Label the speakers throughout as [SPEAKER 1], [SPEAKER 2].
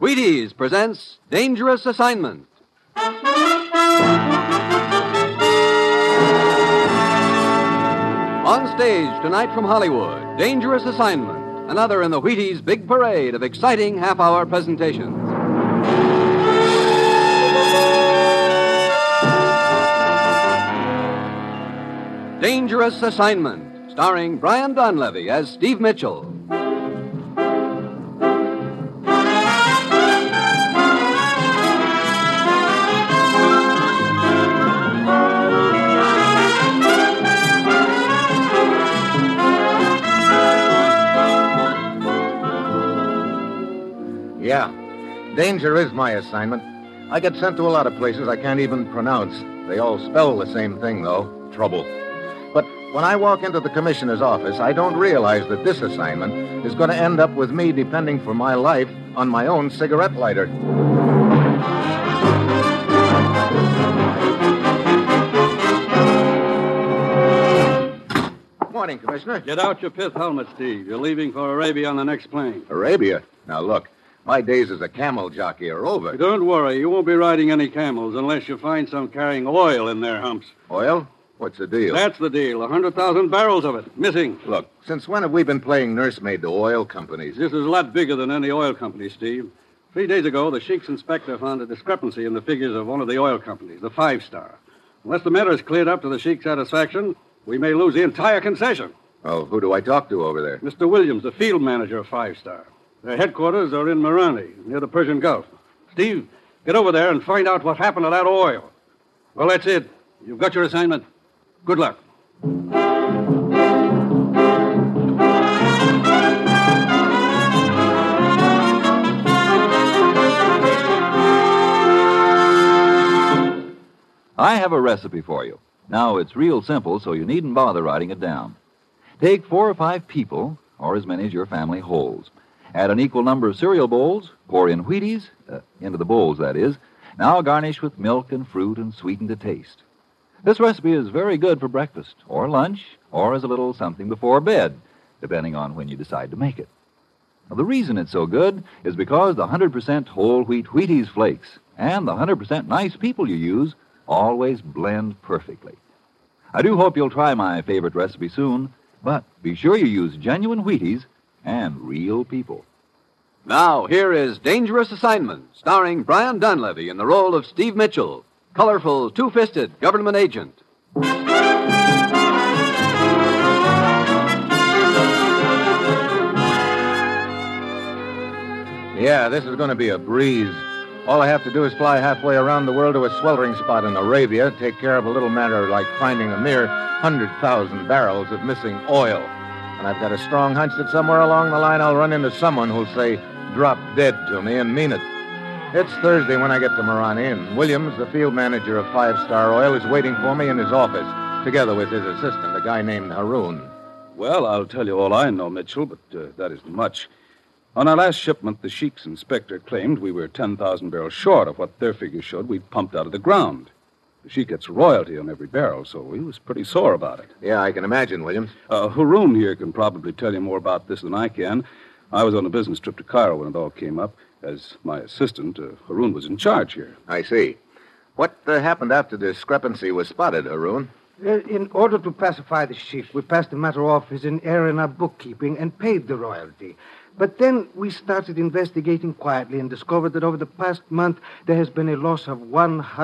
[SPEAKER 1] Wheaties presents Dangerous Assignment. On stage tonight from Hollywood, Dangerous Assignment, another in the Wheaties big parade of exciting half hour presentations. Dangerous Assignment, starring Brian Donlevy as Steve Mitchell.
[SPEAKER 2] Yeah. Danger is my assignment. I get sent to a lot of places I can't even pronounce. They all spell the same thing, though trouble. But when I walk into the commissioner's office, I don't realize that this assignment is going to end up with me depending for my life on my own cigarette lighter. Morning, Commissioner.
[SPEAKER 3] Get out your pith helmet, Steve. You're leaving for Arabia on the next plane.
[SPEAKER 2] Arabia. Now, look, my days as a camel jockey are over.
[SPEAKER 3] Don't worry, you won't be riding any camels unless you find some carrying oil in their humps.
[SPEAKER 2] Oil? What's the deal?
[SPEAKER 3] That's the deal. A 100,000 barrels of it. Missing.
[SPEAKER 2] Look, since when have we been playing nursemaid to oil companies?
[SPEAKER 3] This is a lot bigger than any oil company, Steve. Three days ago, the Sheik's inspector found a discrepancy in the figures of one of the oil companies, the Five Star. Unless the matter is cleared up to the Sheik's satisfaction, we may lose the entire concession.
[SPEAKER 2] Oh, who do I talk to over there?
[SPEAKER 3] Mr. Williams, the field manager of Five Star. Their headquarters are in Marani, near the Persian Gulf. Steve, get over there and find out what happened to that oil. Well, that's it. You've got your assignment. Good luck.
[SPEAKER 4] I have a recipe for you. Now, it's real simple, so you needn't bother writing it down. Take four or five people, or as many as your family holds. Add an equal number of cereal bowls, pour in Wheaties, uh, into the bowls, that is. Now garnish with milk and fruit and sweeten to taste. This recipe is very good for breakfast, or lunch, or as a little something before bed, depending on when you decide to make it. Now, the reason it's so good is because the 100% whole wheat Wheaties flakes and the 100% nice people you use always blend perfectly. I do hope you'll try my favorite recipe soon, but be sure you use genuine Wheaties and real people.
[SPEAKER 1] Now, here is Dangerous Assignment, starring Brian Dunlevy in the role of Steve Mitchell, colorful, two fisted government agent.
[SPEAKER 2] Yeah, this is going to be a breeze. All I have to do is fly halfway around the world to a sweltering spot in Arabia, take care of a little matter like finding a mere 100,000 barrels of missing oil. And I've got a strong hunch that somewhere along the line I'll run into someone who'll say, drop dead to me and mean it. It's Thursday when I get to Marani, and Williams, the field manager of Five Star Oil, is waiting for me in his office, together with his assistant, a guy named Haroon.
[SPEAKER 5] Well, I'll tell you all I know, Mitchell, but uh, that isn't much. On our last shipment, the Sheik's inspector claimed we were 10,000 barrels short of what their figures showed we'd pumped out of the ground. The Sheik gets royalty on every barrel, so he was pretty sore about it.
[SPEAKER 2] Yeah, I can imagine, Williams.
[SPEAKER 5] Uh, Haroon here can probably tell you more about this than I can. I was on a business trip to Cairo when it all came up. As my assistant, uh, Haroon was in charge here.
[SPEAKER 2] I see. What uh, happened after the discrepancy was spotted, Haroon?
[SPEAKER 6] Uh, In order to pacify the sheik, we passed the matter off as an error in our bookkeeping and paid the royalty. But then we started investigating quietly and discovered that over the past month there has been a loss of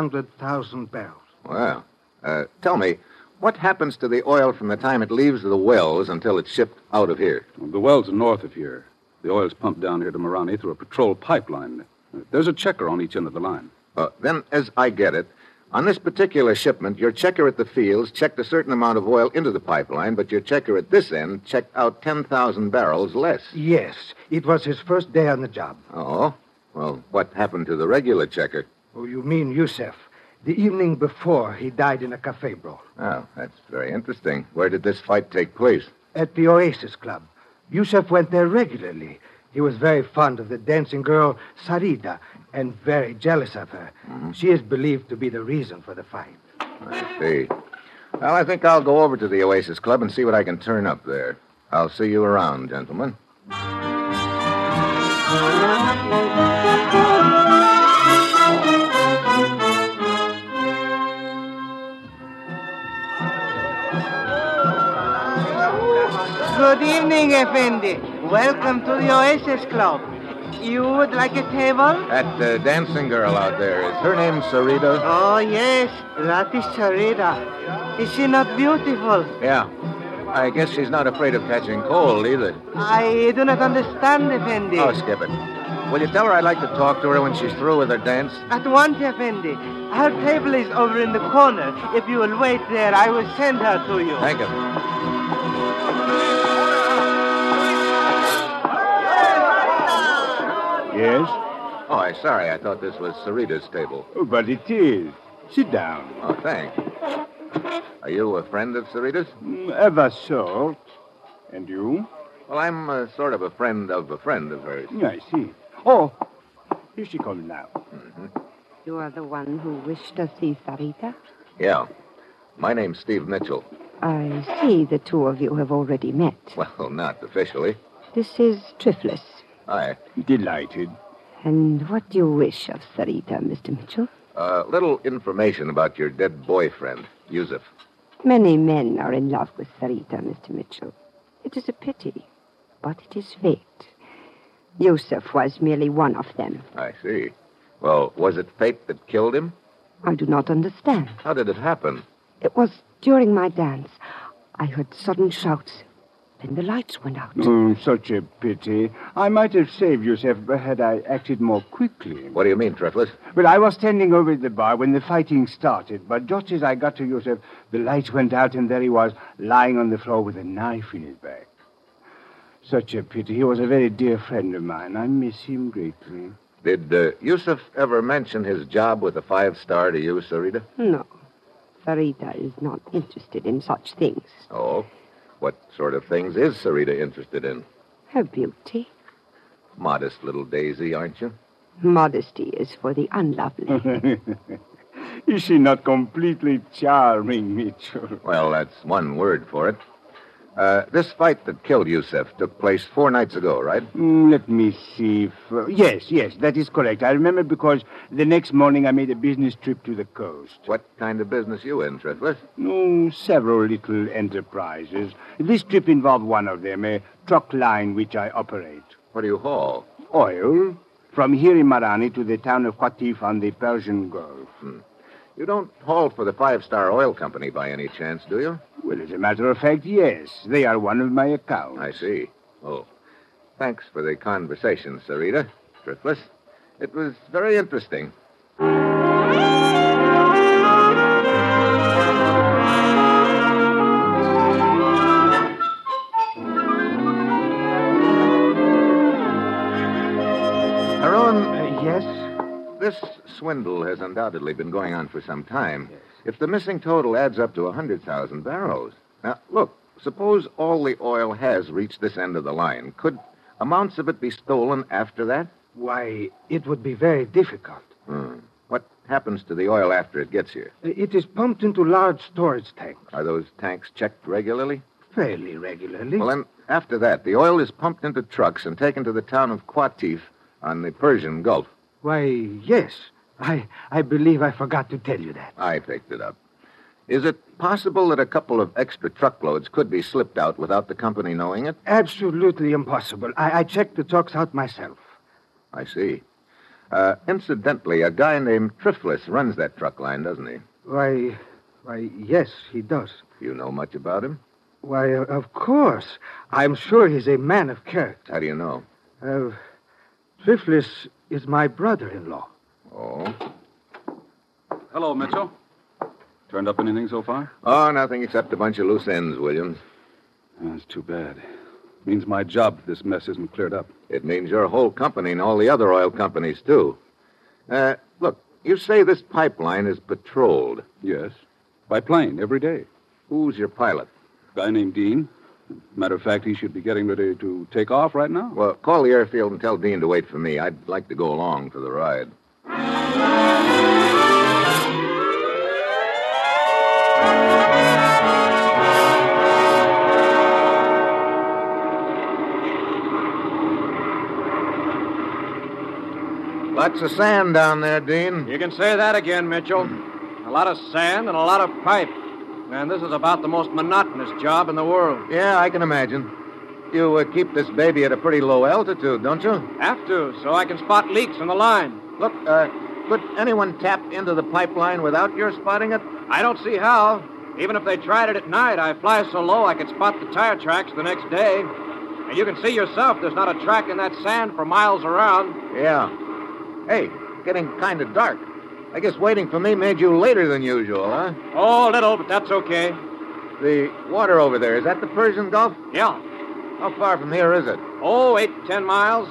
[SPEAKER 6] 100,000 barrels.
[SPEAKER 2] Well, uh, tell me, what happens to the oil from the time it leaves the wells until it's shipped out of here?
[SPEAKER 5] The wells are north of here. The oil's pumped down here to Marani through a patrol pipeline. There's a checker on each end of the line.
[SPEAKER 2] Uh, then, as I get it, on this particular shipment, your checker at the fields checked a certain amount of oil into the pipeline, but your checker at this end checked out 10,000 barrels less.
[SPEAKER 6] Yes, it was his first day on the job.
[SPEAKER 2] Oh? Well, what happened to the regular checker?
[SPEAKER 6] Oh, you mean Yusef? The evening before, he died in a cafe brawl
[SPEAKER 2] Oh, that's very interesting. Where did this fight take place?
[SPEAKER 6] at the Oasis Club. Yusef went there regularly. He was very fond of the dancing girl, Sarida, and very jealous of her.
[SPEAKER 2] Mm-hmm.
[SPEAKER 6] She is believed to be the reason for the fight.
[SPEAKER 2] I see. Well, I think I'll go over to the Oasis Club and see what I can turn up there. I'll see you around, gentlemen.
[SPEAKER 7] morning, Effendi. Welcome to the Oasis Club. You would like a table?
[SPEAKER 2] That uh, dancing girl out there, is her name Sarita?
[SPEAKER 7] Oh, yes, that is Sarita. Is she not beautiful?
[SPEAKER 2] Yeah. I guess she's not afraid of catching cold either.
[SPEAKER 7] I do not understand, Effendi.
[SPEAKER 2] Oh, skip it. Will you tell her I'd like to talk to her when she's through with her dance?
[SPEAKER 7] At once, Effendi. Her table is over in the corner. If you will wait there, I will send her to you.
[SPEAKER 2] Thank you.
[SPEAKER 8] Yes?
[SPEAKER 2] Oh, I'm sorry. I thought this was Sarita's table.
[SPEAKER 8] Oh, but it is. Sit down.
[SPEAKER 2] Oh, thanks. Are you a friend of Sarita's?
[SPEAKER 8] Mm, Ever so. And you?
[SPEAKER 2] Well, I'm uh, sort of a friend of a friend of hers.
[SPEAKER 8] Yeah, I see. Oh, here she comes now.
[SPEAKER 9] You are the one who wished to see Sarita?
[SPEAKER 2] Yeah. My name's Steve Mitchell.
[SPEAKER 9] I see the two of you have already met.
[SPEAKER 2] Well, not officially.
[SPEAKER 9] This is Triflis.
[SPEAKER 2] I
[SPEAKER 8] Delighted.
[SPEAKER 9] And what do you wish of Sarita, Mr. Mitchell?
[SPEAKER 2] Uh, little information about your dead boyfriend, Yusuf.
[SPEAKER 9] Many men are in love with Sarita, Mr. Mitchell. It is a pity, but it is fate. Yusuf was merely one of them.
[SPEAKER 2] I see. Well, was it fate that killed him?
[SPEAKER 9] I do not understand.
[SPEAKER 2] How did it happen?
[SPEAKER 9] It was during my dance. I heard sudden shouts. Then the lights went out.
[SPEAKER 8] Oh, such a pity. I might have saved yourself had I acted more quickly.
[SPEAKER 2] What do you mean, Triflis?
[SPEAKER 8] Well, I was standing over at the bar when the fighting started, but just as I got to Yusuf, the lights went out, and there he was, lying on the floor with a knife in his back. Such a pity. He was a very dear friend of mine. I miss him greatly.
[SPEAKER 2] Did uh, Yusuf ever mention his job with a five star to you, Sarita?
[SPEAKER 9] No. Sarita is not interested in such things.
[SPEAKER 2] Oh. What sort of things is Sarita interested in?
[SPEAKER 9] Her beauty.
[SPEAKER 2] Modest little daisy, aren't you?
[SPEAKER 9] Modesty is for the unlovely.
[SPEAKER 8] Is she not completely charming, Mitchell?
[SPEAKER 2] Well, that's one word for it. Uh, this fight that killed Yusuf took place four nights ago, right?
[SPEAKER 8] Mm, let me see if. uh, yes, yes, that is correct. I remember because the next morning I made a business trip to the coast.
[SPEAKER 2] What kind of business you in, Triflis?
[SPEAKER 8] Oh, several little enterprises. This trip involved one of them, a truck line which I operate.
[SPEAKER 2] What do you haul?
[SPEAKER 8] Oil from here in Marani to the town of Qatif on the Persian Gulf.
[SPEAKER 2] Hmm. You don't haul for the Five Star Oil Company by any chance, do you?
[SPEAKER 8] Well, as a matter of fact, yes. They are one of my accounts.
[SPEAKER 2] I see. Oh. Thanks for the conversation, Sarita. Driftless. It was very interesting. Heron,
[SPEAKER 10] Uh, yes?
[SPEAKER 2] this swindle has undoubtedly been going on for some time. If the missing total adds up to a 100,000 barrels. Now, look, suppose all the oil has reached this end of the line. Could amounts of it be stolen after that?
[SPEAKER 10] Why, it would be very difficult.
[SPEAKER 2] Hmm. What happens to the oil after it gets here?
[SPEAKER 10] Uh, It is pumped into large storage tanks
[SPEAKER 2] Are those tanks checked regularly?
[SPEAKER 10] fairly regularly.
[SPEAKER 2] Well, then, after that, the oil is pumped into trucks and taken to the town of Qatif on the Persian Gulf.
[SPEAKER 10] Why, yes. I, I believe I forgot to tell you that.
[SPEAKER 2] I picked it up. Is it possible that a couple of extra truckloads could be slipped out without the company knowing it?
[SPEAKER 10] Absolutely impossible. I, I checked the trucks out myself.
[SPEAKER 2] I see. Uh, incidentally, a guy named Triflis runs that truck line, doesn't he?
[SPEAKER 10] Why, why, yes, he does.
[SPEAKER 2] You know much about him?
[SPEAKER 10] Why, uh, of course. I'm sure he's a man of character.
[SPEAKER 2] How do you know?
[SPEAKER 10] Uh, Triflis is my brother-in-law.
[SPEAKER 2] Oh.
[SPEAKER 5] Hello, Mitchell. Turned up anything so far?
[SPEAKER 2] Oh, nothing except a bunch of loose ends, Williams.
[SPEAKER 5] That's too bad. Means my job if this mess isn't cleared up.
[SPEAKER 2] It means your whole company and all the other oil companies, too. Uh, look, you say this pipeline is patrolled.
[SPEAKER 5] Yes. By plane, every day.
[SPEAKER 2] Who's your pilot?
[SPEAKER 5] Guy named Dean. Matter of fact, he should be getting ready to take off right now.
[SPEAKER 2] Well, call the airfield and tell Dean to wait for me. I'd like to go along for the ride. Lots of sand down there, Dean.
[SPEAKER 11] You can say that again, Mitchell. A lot of sand and a lot of pipe. And this is about the most monotonous job in the world.
[SPEAKER 2] Yeah, I can imagine. You uh, keep this baby at a pretty low altitude, don't you?
[SPEAKER 11] Have to, so I can spot leaks in the line.
[SPEAKER 2] Look, uh, could anyone tap into the pipeline without your spotting it?
[SPEAKER 11] I don't see how. Even if they tried it at night, I fly so low I could spot the tire tracks the next day. And you can see yourself there's not a track in that sand for miles around.
[SPEAKER 2] Yeah. Hey, getting kind of dark. I guess waiting for me made you later than usual, huh?
[SPEAKER 11] Oh, a little, but that's okay.
[SPEAKER 2] The water over there, is that the Persian Gulf?
[SPEAKER 11] Yeah.
[SPEAKER 2] How far from here is it?
[SPEAKER 11] Oh, eight, ten miles.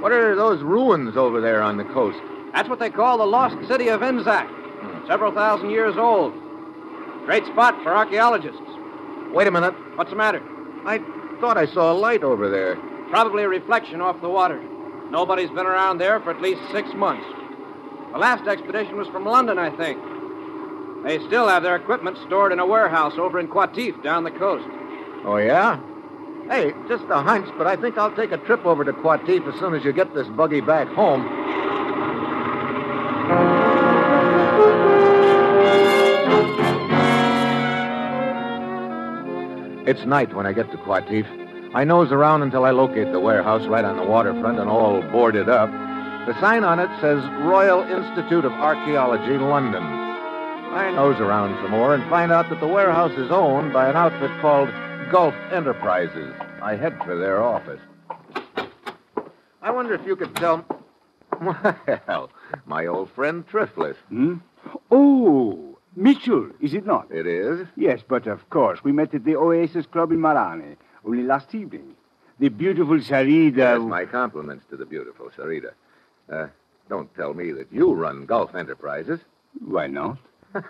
[SPEAKER 2] What are those ruins over there on the coast?
[SPEAKER 11] That's what they call the lost city of Enzak.
[SPEAKER 2] Hmm.
[SPEAKER 11] Several thousand years old. Great spot for archaeologists.
[SPEAKER 2] Wait a minute.
[SPEAKER 11] What's the matter?
[SPEAKER 2] I thought I saw a light over there.
[SPEAKER 11] Probably a reflection off the water. Nobody's been around there for at least six months. The last expedition was from London, I think. They still have their equipment stored in a warehouse over in Qatif down the coast.
[SPEAKER 2] Oh, yeah? Hey, just a hunch, but I think I'll take a trip over to Qatif as soon as you get this buggy back home. It's night when I get to Qatif. I nose around until I locate the warehouse right on the waterfront and all boarded up. The sign on it says Royal Institute of Archaeology, London. I nose around some more and find out that the warehouse is owned by an outfit called Gulf Enterprises. I head for their office. I wonder if you could tell. Well, my old friend Triflis.
[SPEAKER 12] Hmm? Oh, Mitchell, is it not?
[SPEAKER 2] It is.
[SPEAKER 12] Yes, but of course. We met at the Oasis Club in Marani only last evening. The beautiful Sarita.
[SPEAKER 2] Yes, my compliments to the beautiful Sarita. Uh, don't tell me that you run Gulf Enterprises.
[SPEAKER 12] Why not?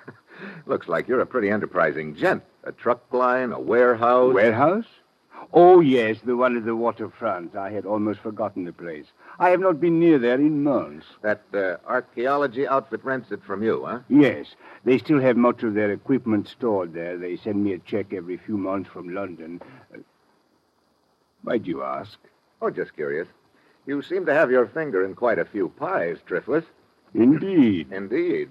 [SPEAKER 2] Looks like you're a pretty enterprising gent. A truck line, a warehouse.
[SPEAKER 12] Warehouse? Oh, yes, the one at the waterfront. I had almost forgotten the place. I have not been near there in months.
[SPEAKER 2] that uh, archaeology outfit rents it from you, huh?
[SPEAKER 12] Yes, they still have much of their equipment stored there. They send me a check every few months from London. Uh, why do you ask?
[SPEAKER 2] Oh, just curious. You seem to have your finger in quite a few pies, Triflis.
[SPEAKER 12] Indeed.
[SPEAKER 2] Indeed.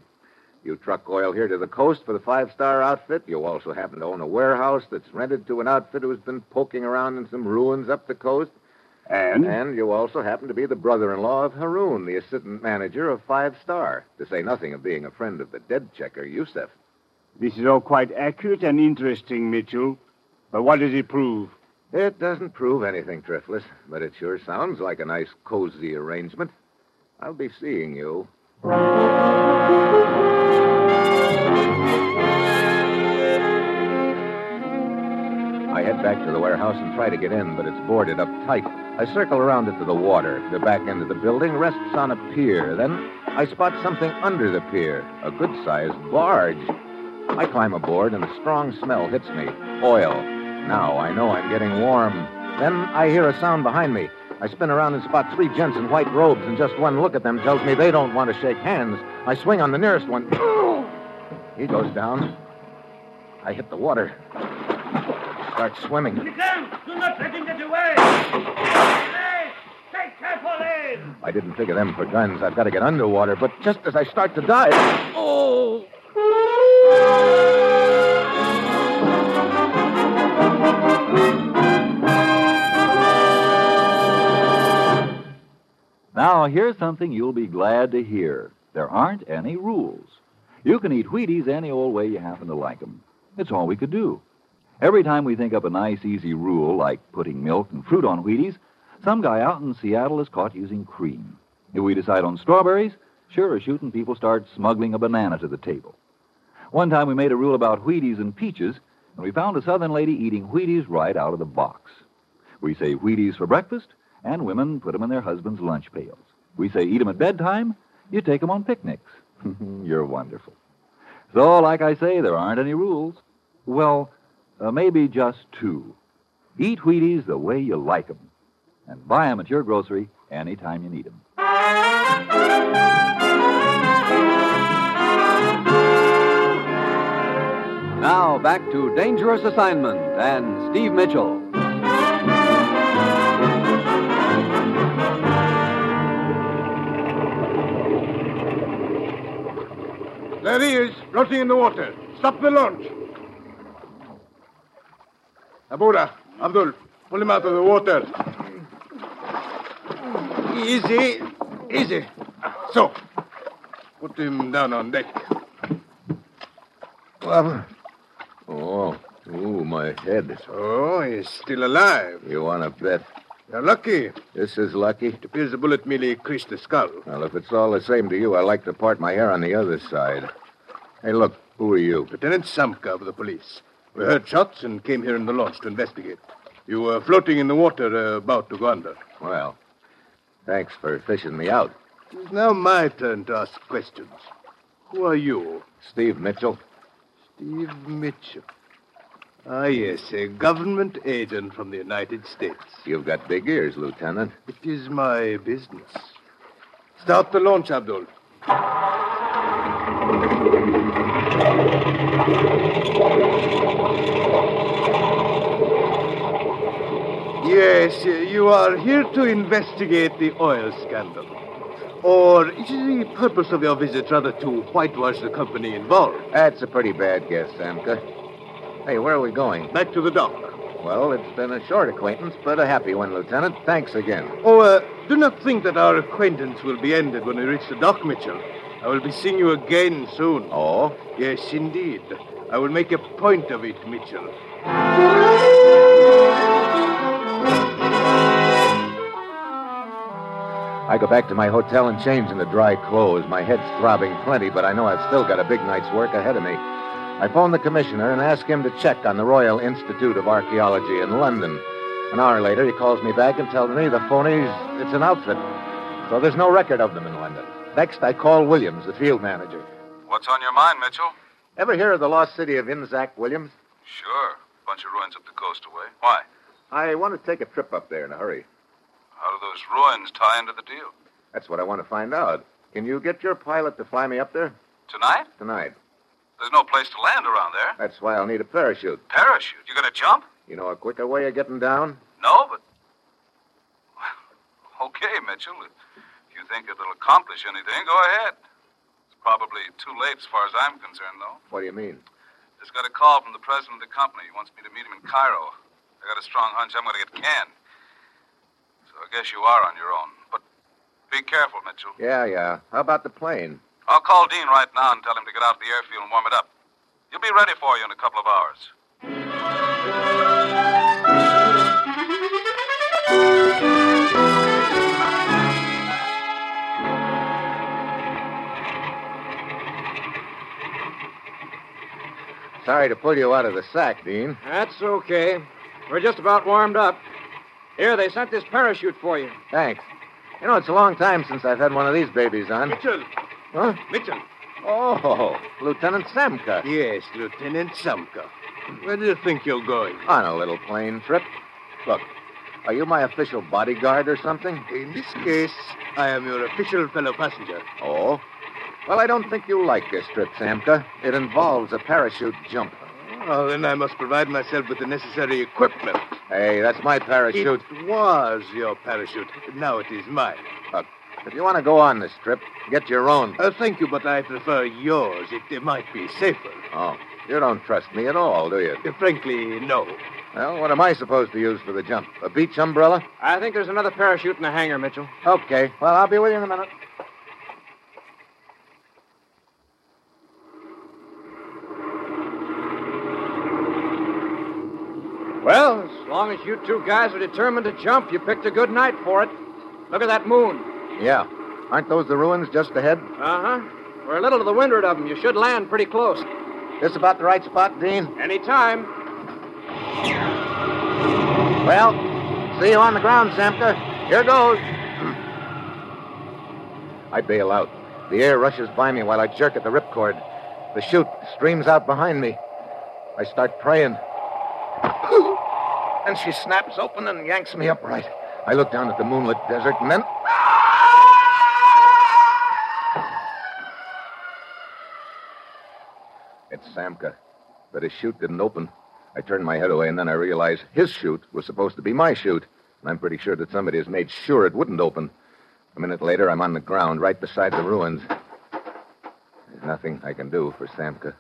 [SPEAKER 2] You truck oil here to the coast for the five star outfit. You also happen to own a warehouse that's rented to an outfit who's been poking around in some ruins up the coast.
[SPEAKER 12] And?
[SPEAKER 2] And you also happen to be the brother in law of Haroon, the assistant manager of Five Star, to say nothing of being a friend of the dead checker, Yusef.
[SPEAKER 12] This is all quite accurate and interesting, Mitchell. But what does it prove?
[SPEAKER 2] It doesn't prove anything, Triflis, but it sure sounds like a nice, cozy arrangement. I'll be seeing you. I head back to the warehouse and try to get in, but it's boarded up tight. I circle around it to the water. The back end of the building rests on a pier. Then I spot something under the pier a good sized barge. I climb aboard, and a strong smell hits me oil. Now I know I'm getting warm. Then I hear a sound behind me. I spin around and spot three gents in white robes, and just one look at them tells me they don't want to shake hands. I swing on the nearest one. he goes down. I hit the water. Start swimming.
[SPEAKER 13] Do not let him get away! Hey, take careful aim!
[SPEAKER 2] I didn't figure them for guns. I've got to get underwater, but just as I start to dive. Oh!
[SPEAKER 4] Now, here's something you'll be glad to hear. There aren't any rules. You can eat Wheaties any old way you happen to like 'em. It's all we could do. Every time we think up a nice, easy rule, like putting milk and fruit on Wheaties, some guy out in Seattle is caught using cream. If we decide on strawberries, sure as shooting, people start smuggling a banana to the table. One time we made a rule about Wheaties and peaches, and we found a southern lady eating Wheaties right out of the box. We say Wheaties for breakfast, and women put 'em in their husbands' lunch pails. We say eat 'em at bedtime, you take 'em on picnics. You're wonderful. So, like I say, there aren't any rules. Well, uh, maybe just two. Eat Wheaties the way you like 'em, and buy 'em at your grocery anytime you need 'em.
[SPEAKER 1] Now back to Dangerous Assignment and Steve Mitchell.
[SPEAKER 3] There he is, floating in the water. Stop the launch. Abura, Abdul,
[SPEAKER 14] Pull him out of the water.
[SPEAKER 7] Easy. Easy.
[SPEAKER 14] So, put him down on deck.
[SPEAKER 2] Well, oh, ooh, my head.
[SPEAKER 14] Oh, he's still alive.
[SPEAKER 2] You want to bet?
[SPEAKER 14] You're lucky.
[SPEAKER 2] This is lucky. It
[SPEAKER 14] appears the bullet merely creased the skull.
[SPEAKER 2] Well, if it's all the same to you, I like to part my hair on the other side. Hey, look, who are you?
[SPEAKER 14] Lieutenant Samka of the police. We heard shots and came here in the launch to investigate. You were floating in the water uh, about to go under.
[SPEAKER 2] Well, thanks for fishing me out.
[SPEAKER 14] It's now my turn to ask questions. Who are you?
[SPEAKER 2] Steve Mitchell.
[SPEAKER 14] Steve Mitchell. Ah, yes, a government agent from the United States.
[SPEAKER 2] You've got big ears, Lieutenant.
[SPEAKER 14] It is my business. Start the launch, Abdul. Yes, you are here to investigate the oil scandal. Or is the purpose of your visit rather to whitewash the company involved?
[SPEAKER 2] That's a pretty bad guess, Samka. Hey, where are we going?
[SPEAKER 14] Back to the dock.
[SPEAKER 2] Well, it's been a short acquaintance, but a happy one, Lieutenant. Thanks again.
[SPEAKER 14] Oh, uh, do not think that our acquaintance will be ended when we reach the dock, Mitchell. I will be seeing you again soon.
[SPEAKER 2] Oh?
[SPEAKER 14] Yes, indeed. I will make a point of it, Mitchell.
[SPEAKER 2] I go back to my hotel and change into dry clothes. My head's throbbing plenty, but I know I've still got a big night's work ahead of me. I phone the commissioner and ask him to check on the Royal Institute of Archaeology in London. An hour later, he calls me back and tells me the phonies, it's an outfit. So there's no record of them in London. Next, I call Williams, the field manager.
[SPEAKER 15] What's on your mind, Mitchell?
[SPEAKER 2] Ever hear of the lost city of Inzac, Williams?
[SPEAKER 15] Sure. Bunch of ruins up the coast away. Why?
[SPEAKER 2] I want to take a trip up there in a hurry.
[SPEAKER 15] How do those ruins tie into the deal?
[SPEAKER 2] That's what I want to find out. Can you get your pilot to fly me up there?
[SPEAKER 15] Tonight?
[SPEAKER 2] Tonight.
[SPEAKER 15] There's no place to land around there.
[SPEAKER 2] That's why I'll need a parachute.
[SPEAKER 15] Parachute? You gonna jump?
[SPEAKER 2] You know a quicker way of getting down?
[SPEAKER 15] No, but. okay, Mitchell. If you think it'll accomplish anything, go ahead. It's probably too late as far as I'm concerned, though.
[SPEAKER 2] What do you mean?
[SPEAKER 15] Just got a call from the president of the company. He wants me to meet him in Cairo. I got a strong hunch I'm gonna get canned. I guess you are on your own. But be careful, Mitchell.
[SPEAKER 2] Yeah, yeah. How about the plane?
[SPEAKER 15] I'll call Dean right now and tell him to get out of the airfield and warm it up. He'll be ready for you in a couple of hours.
[SPEAKER 2] Sorry to pull you out of the sack, Dean.
[SPEAKER 11] That's okay. We're just about warmed up. Here, they sent this parachute for you.
[SPEAKER 2] Thanks. You know, it's a long time since I've had one of these babies on.
[SPEAKER 14] Mitchell.
[SPEAKER 2] Huh?
[SPEAKER 14] Mitchell.
[SPEAKER 2] Oh, Lieutenant Samka.
[SPEAKER 14] Yes, Lieutenant Samka. Where do you think you're going?
[SPEAKER 2] On a little plane trip. Look, are you my official bodyguard or something?
[SPEAKER 14] In this case, I am your official fellow passenger.
[SPEAKER 2] Oh? Well, I don't think you'll like this trip, Samka. It involves a parachute jump.
[SPEAKER 14] Well, then I must provide myself with the necessary equipment.
[SPEAKER 2] Hey, that's my parachute.
[SPEAKER 14] It was your parachute. Now it is mine.
[SPEAKER 2] Look, if you want to go on this trip, get your own.
[SPEAKER 14] Uh, thank you, but I prefer yours. It, it might be safer.
[SPEAKER 2] Oh, you don't trust me at all, do you?
[SPEAKER 14] Uh, frankly, no.
[SPEAKER 2] Well, what am I supposed to use for the jump? A beach umbrella?
[SPEAKER 11] I think there's another parachute in the hangar, Mitchell.
[SPEAKER 2] Okay. Well, I'll be with you in a minute.
[SPEAKER 11] Well, as long as you two guys are determined to jump, you picked a good night for it. Look at that moon.
[SPEAKER 2] Yeah. Aren't those the ruins just ahead?
[SPEAKER 11] Uh huh. We're a little to the windward of them. You should land pretty close.
[SPEAKER 2] This about the right spot, Dean?
[SPEAKER 11] Any time.
[SPEAKER 2] Well, see you on the ground, Samka. Here goes. I bail out. The air rushes by me while I jerk at the ripcord. The chute streams out behind me. I start praying. And she snaps open and yanks me upright. I look down at the moonlit desert and then. It's Samka. But his chute didn't open. I turn my head away and then I realize his chute was supposed to be my chute. And I'm pretty sure that somebody has made sure it wouldn't open. A minute later, I'm on the ground right beside the ruins. There's nothing I can do for Samka.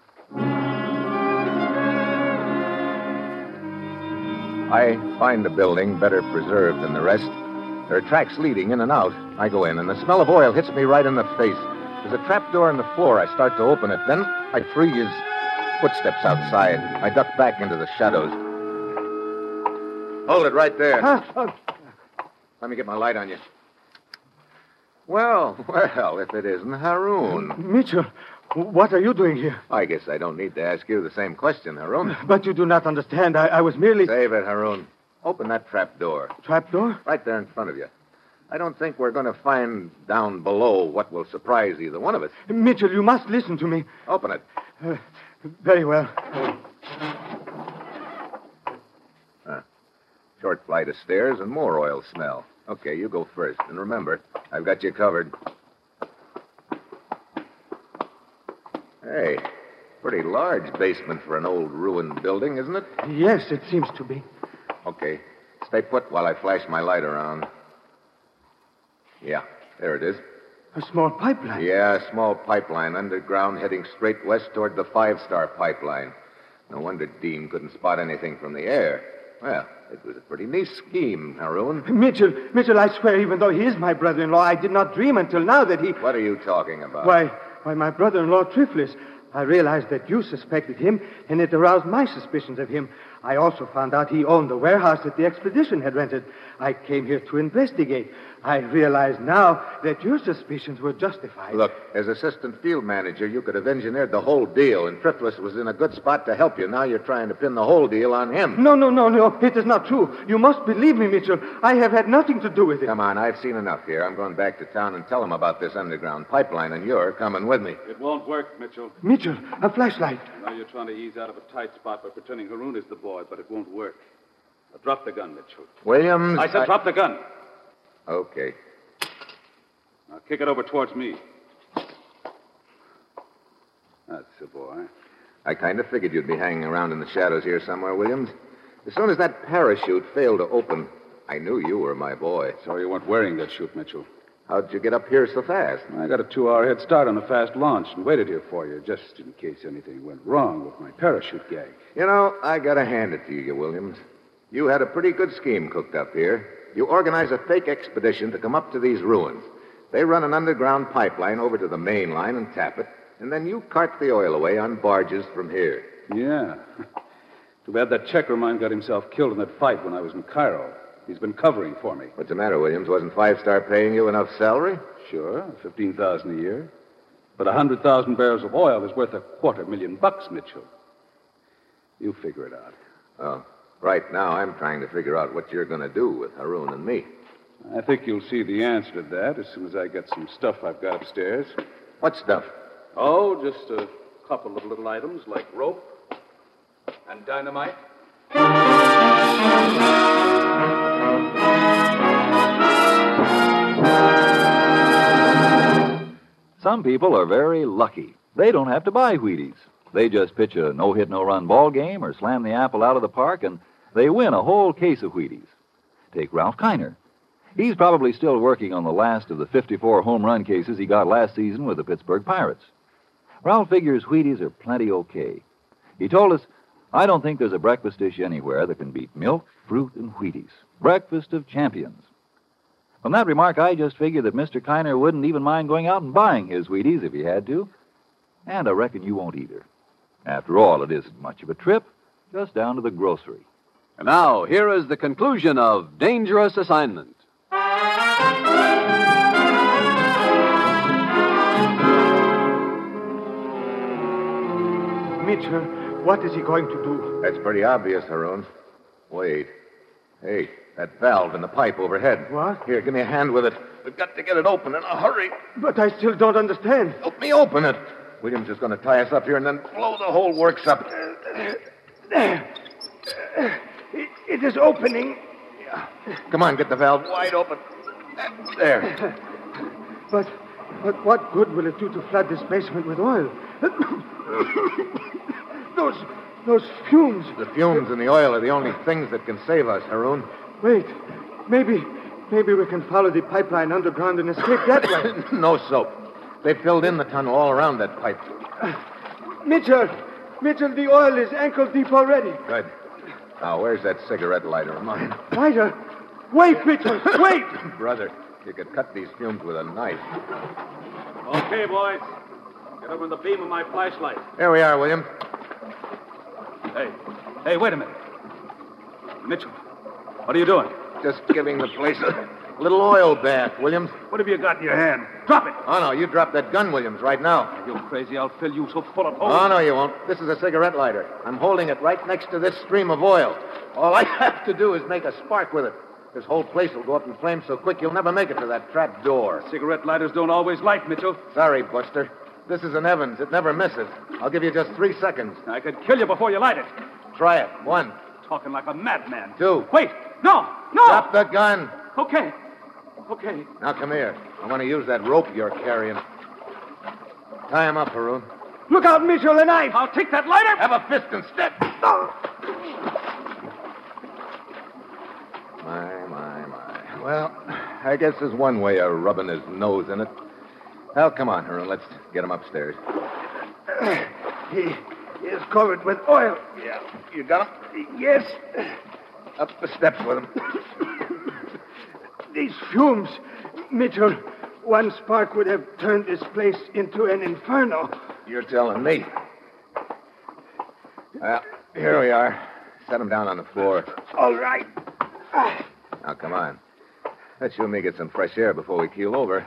[SPEAKER 2] I find the building better preserved than the rest. There are tracks leading in and out. I go in, and the smell of oil hits me right in the face. There's a trap door in the floor. I start to open it. Then I freeze. Footsteps outside. I duck back into the shadows. Hold it right there. Let me get my light on you. Well, well, if it isn't Haroon.
[SPEAKER 6] Mitchell, what are you doing here?
[SPEAKER 2] I guess I don't need to ask you the same question, Haroon.
[SPEAKER 6] But you do not understand. I, I was merely.
[SPEAKER 2] Save it, Haroon. Open that trap door.
[SPEAKER 6] Trapdoor?
[SPEAKER 2] Right there in front of you. I don't think we're going to find down below what will surprise either one of us.
[SPEAKER 6] Mitchell, you must listen to me.
[SPEAKER 2] Open it.
[SPEAKER 6] Uh, very well.
[SPEAKER 2] Short flight of stairs and more oil smell. Okay, you go first. And remember, I've got you covered. Hey, pretty large basement for an old ruined building, isn't it?
[SPEAKER 6] Yes, it seems to be.
[SPEAKER 2] Okay. Stay put while I flash my light around. Yeah, there it is.
[SPEAKER 6] A small pipeline.
[SPEAKER 2] Yeah, a small pipeline underground heading straight west toward the five star pipeline. No wonder Dean couldn't spot anything from the air. Well, it was a pretty nice scheme, Haroon.
[SPEAKER 6] Mitchell, Mitchell, I swear, even though he is my brother in law, I did not dream until now that he.
[SPEAKER 2] What are you uh? talking about?
[SPEAKER 6] Why, why, my brother in law, Triflis. I realized that you suspected him, and it aroused my suspicions of him. I also found out he owned the warehouse that the expedition had rented. I came here to investigate. I realize now that your suspicions were justified.
[SPEAKER 2] Look, as assistant field manager, you could have engineered the whole deal, and Triflis was in a good spot to help you. Now you're trying to pin the whole deal on him.
[SPEAKER 6] No, no, no, no. It is not true. You must believe me, Mitchell. I have had nothing to do with it.
[SPEAKER 2] Come on, I've seen enough here. I'm going back to town and tell him about this underground pipeline, and you're coming with me.
[SPEAKER 5] It won't work, Mitchell.
[SPEAKER 6] Mitchell, a flashlight.
[SPEAKER 5] Now you're trying to ease out of a tight spot by pretending Haroon is the boy, but it won't work. Now drop the gun, Mitchell.
[SPEAKER 2] Williams.
[SPEAKER 5] Um, I said drop the gun.
[SPEAKER 2] Okay.
[SPEAKER 5] Now kick it over towards me. That's the boy.
[SPEAKER 2] I kind of figured you'd be hanging around in the shadows here somewhere, Williams. As soon as that parachute failed to open, I knew you were my boy.
[SPEAKER 5] So you weren't wearing that chute, Mitchell.
[SPEAKER 2] How'd you get up here so fast?
[SPEAKER 5] I got a two hour head start on a fast launch and waited here for you just in case anything went wrong with my parachute gag.
[SPEAKER 2] You know, I gotta hand it to you, Williams. You had a pretty good scheme cooked up here. You organize a fake expedition to come up to these ruins. They run an underground pipeline over to the main line and tap it, and then you cart the oil away on barges from here.
[SPEAKER 5] Yeah. Too bad that checker of mine got himself killed in that fight when I was in Cairo. He's been covering for me.
[SPEAKER 2] What's the matter, Williams? Wasn't Five Star paying you enough salary?
[SPEAKER 5] Sure, fifteen thousand a year. But a hundred thousand barrels of oil is worth a quarter million bucks, Mitchell. You figure it out.
[SPEAKER 2] Oh, right now I'm trying to figure out what you're going to do with Haroon and me.
[SPEAKER 5] I think you'll see the answer to that as soon as I get some stuff I've got upstairs.
[SPEAKER 2] What stuff?
[SPEAKER 5] Oh, just a couple of little items like rope and dynamite.
[SPEAKER 4] Some people are very lucky. They don't have to buy Wheaties. They just pitch a no hit, no run ball game or slam the apple out of the park, and they win a whole case of Wheaties. Take Ralph Kiner. He's probably still working on the last of the 54 home run cases he got last season with the Pittsburgh Pirates. Ralph figures Wheaties are plenty okay. He told us, I don't think there's a breakfast dish anywhere that can beat milk, fruit, and Wheaties. Breakfast of champions. From that remark, I just figured that Mr. Kiner wouldn't even mind going out and buying his Wheaties if he had to. And I reckon you won't either. After all, it isn't much of a trip, just down to the grocery.
[SPEAKER 1] And now, here is the conclusion of Dangerous Assignment.
[SPEAKER 6] Mitchell, what is he going to do?
[SPEAKER 2] That's pretty obvious, Haroon. Wait. Hey, that valve in the pipe overhead.
[SPEAKER 6] What?
[SPEAKER 2] Here, give me a hand with it. We've got to get it open in a hurry.
[SPEAKER 6] But I still don't understand.
[SPEAKER 2] Help me open it. Williams is going to tie us up here and then blow the whole works up.
[SPEAKER 6] There. It, it is opening.
[SPEAKER 2] Come on, get the valve wide open. There.
[SPEAKER 6] But, but what good will it do to flood this basement with oil? those, those fumes.
[SPEAKER 2] The fumes and the oil are the only things that can save us, Haroon.
[SPEAKER 6] Wait, maybe, maybe we can follow the pipeline underground and escape that way.
[SPEAKER 2] no soap. They filled in the tunnel all around that pipe.
[SPEAKER 6] Mitchell, Mitchell, the oil is ankle deep already.
[SPEAKER 2] Good. Now, where's that cigarette lighter of mine?
[SPEAKER 6] Lighter! Wait, Mitchell! Wait!
[SPEAKER 2] Brother, you could cut these fumes with a knife.
[SPEAKER 16] Okay, boys. Get over the beam of my flashlight.
[SPEAKER 2] Here we are, William.
[SPEAKER 16] Hey, hey, wait a minute. Mitchell, what are you doing?
[SPEAKER 2] Just giving the place a little oil bath, Williams.
[SPEAKER 16] What have you got in your hand? Drop it!
[SPEAKER 2] Oh, no, you drop that gun, Williams, right now.
[SPEAKER 16] You crazy, I'll fill you so full of holes.
[SPEAKER 2] Oh, no, you won't. This is a cigarette lighter. I'm holding it right next to this stream of oil. All I have to do is make a spark with it. This whole place will go up in flames so quick you'll never make it to that trap door.
[SPEAKER 16] Cigarette lighters don't always light, Mitchell.
[SPEAKER 2] Sorry, Buster. This is an Evans. It never misses. I'll give you just three seconds.
[SPEAKER 16] I could kill you before you light it.
[SPEAKER 2] Try it. One,
[SPEAKER 16] Talking like a madman.
[SPEAKER 2] two.
[SPEAKER 16] Wait! No! No!
[SPEAKER 2] Drop the gun.
[SPEAKER 16] Okay. Okay.
[SPEAKER 2] Now come here. I want to use that rope you're carrying. Tie him up, Haroon.
[SPEAKER 6] Look out, Mitchell, the knife!
[SPEAKER 16] I'll take that lighter!
[SPEAKER 2] Have a fist and step.
[SPEAKER 6] Oh.
[SPEAKER 2] My, my, my. Well, I guess there's one way of rubbing his nose in it. Well, come on, Haroon. Let's get him upstairs.
[SPEAKER 6] He, he is covered with oil.
[SPEAKER 2] Yeah. You got him?
[SPEAKER 6] Yes,
[SPEAKER 2] Up the steps with him.
[SPEAKER 6] these fumes. Mitchell, one spark would have turned this place into an inferno.
[SPEAKER 2] You're telling me. Well, here we are. Set him down on the floor.
[SPEAKER 6] All right.
[SPEAKER 2] Now, come on. Let you and me get some fresh air before we keel over.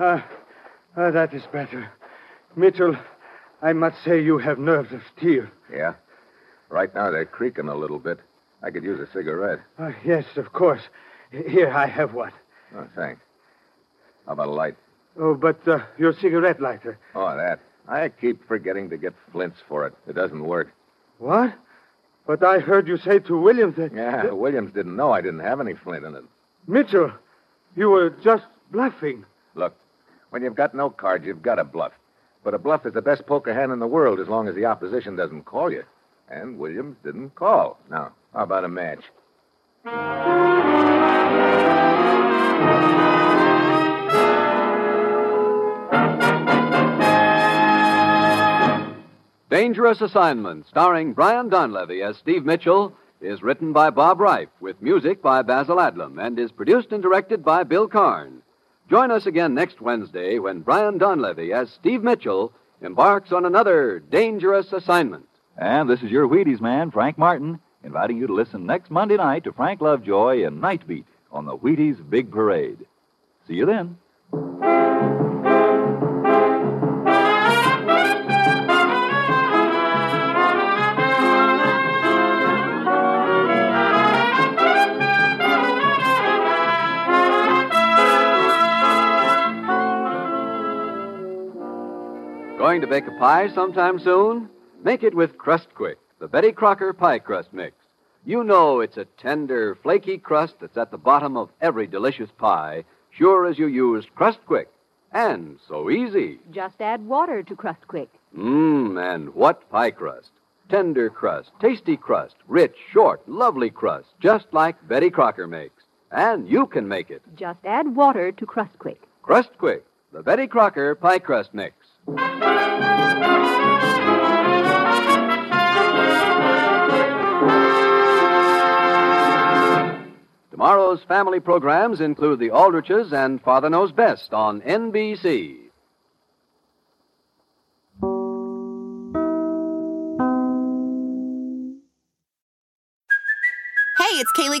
[SPEAKER 6] Ah, ah, that is better. Mitchell, I must say you have nerves of steel.
[SPEAKER 2] Yeah. Right now they're creaking a little bit. I could use a cigarette.
[SPEAKER 6] Ah, yes, of course. Here, I have one.
[SPEAKER 2] Oh, thanks. How about a light?
[SPEAKER 6] Oh, but uh, your cigarette lighter.
[SPEAKER 2] Oh, that. I keep forgetting to get flints for it. It doesn't work.
[SPEAKER 6] What? But I heard you say to Williams that.
[SPEAKER 2] Yeah, Williams didn't know I didn't have any flint in it.
[SPEAKER 6] Mitchell, you were just bluffing.
[SPEAKER 2] Look, when you've got no cards, you've got a bluff. But a bluff is the best poker hand in the world as long as the opposition doesn't call you. And Williams didn't call. Now, how about a match?
[SPEAKER 1] Dangerous Assignment, starring Brian Donlevy as Steve Mitchell, is written by Bob Reif with music by Basil Adlam and is produced and directed by Bill Karn. Join us again next Wednesday when Brian Donlevy as Steve Mitchell embarks on another dangerous assignment.
[SPEAKER 4] And this is your Wheaties man, Frank Martin, inviting you to listen next Monday night to Frank Lovejoy and Nightbeat on the Wheaties Big Parade. See you then.
[SPEAKER 1] Going to bake a pie sometime soon? Make it with Crust Quick, the Betty Crocker pie crust mix. You know it's a tender, flaky crust that's at the bottom of every delicious pie, sure as you used Crust Quick. And so easy.
[SPEAKER 9] Just add water to Crust Quick.
[SPEAKER 1] Mmm, and what pie crust? Tender crust, tasty crust, rich, short, lovely crust, just like Betty Crocker makes. And you can make it.
[SPEAKER 9] Just add water to Crust Quick.
[SPEAKER 1] Crust Quick, the Betty Crocker pie crust mix. Tomorrow's family programs include The Aldriches and Father Knows Best on NBC.
[SPEAKER 17] Hey, it's Kaylee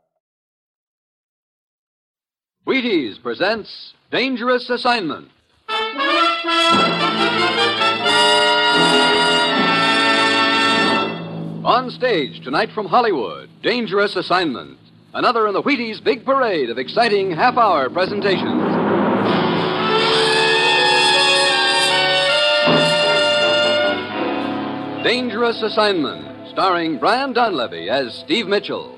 [SPEAKER 1] Wheaties presents Dangerous Assignment. On stage tonight from Hollywood, Dangerous Assignment. Another in the Wheaties big parade of exciting half hour presentations. Dangerous Assignment, starring Brian Donlevy as Steve Mitchell.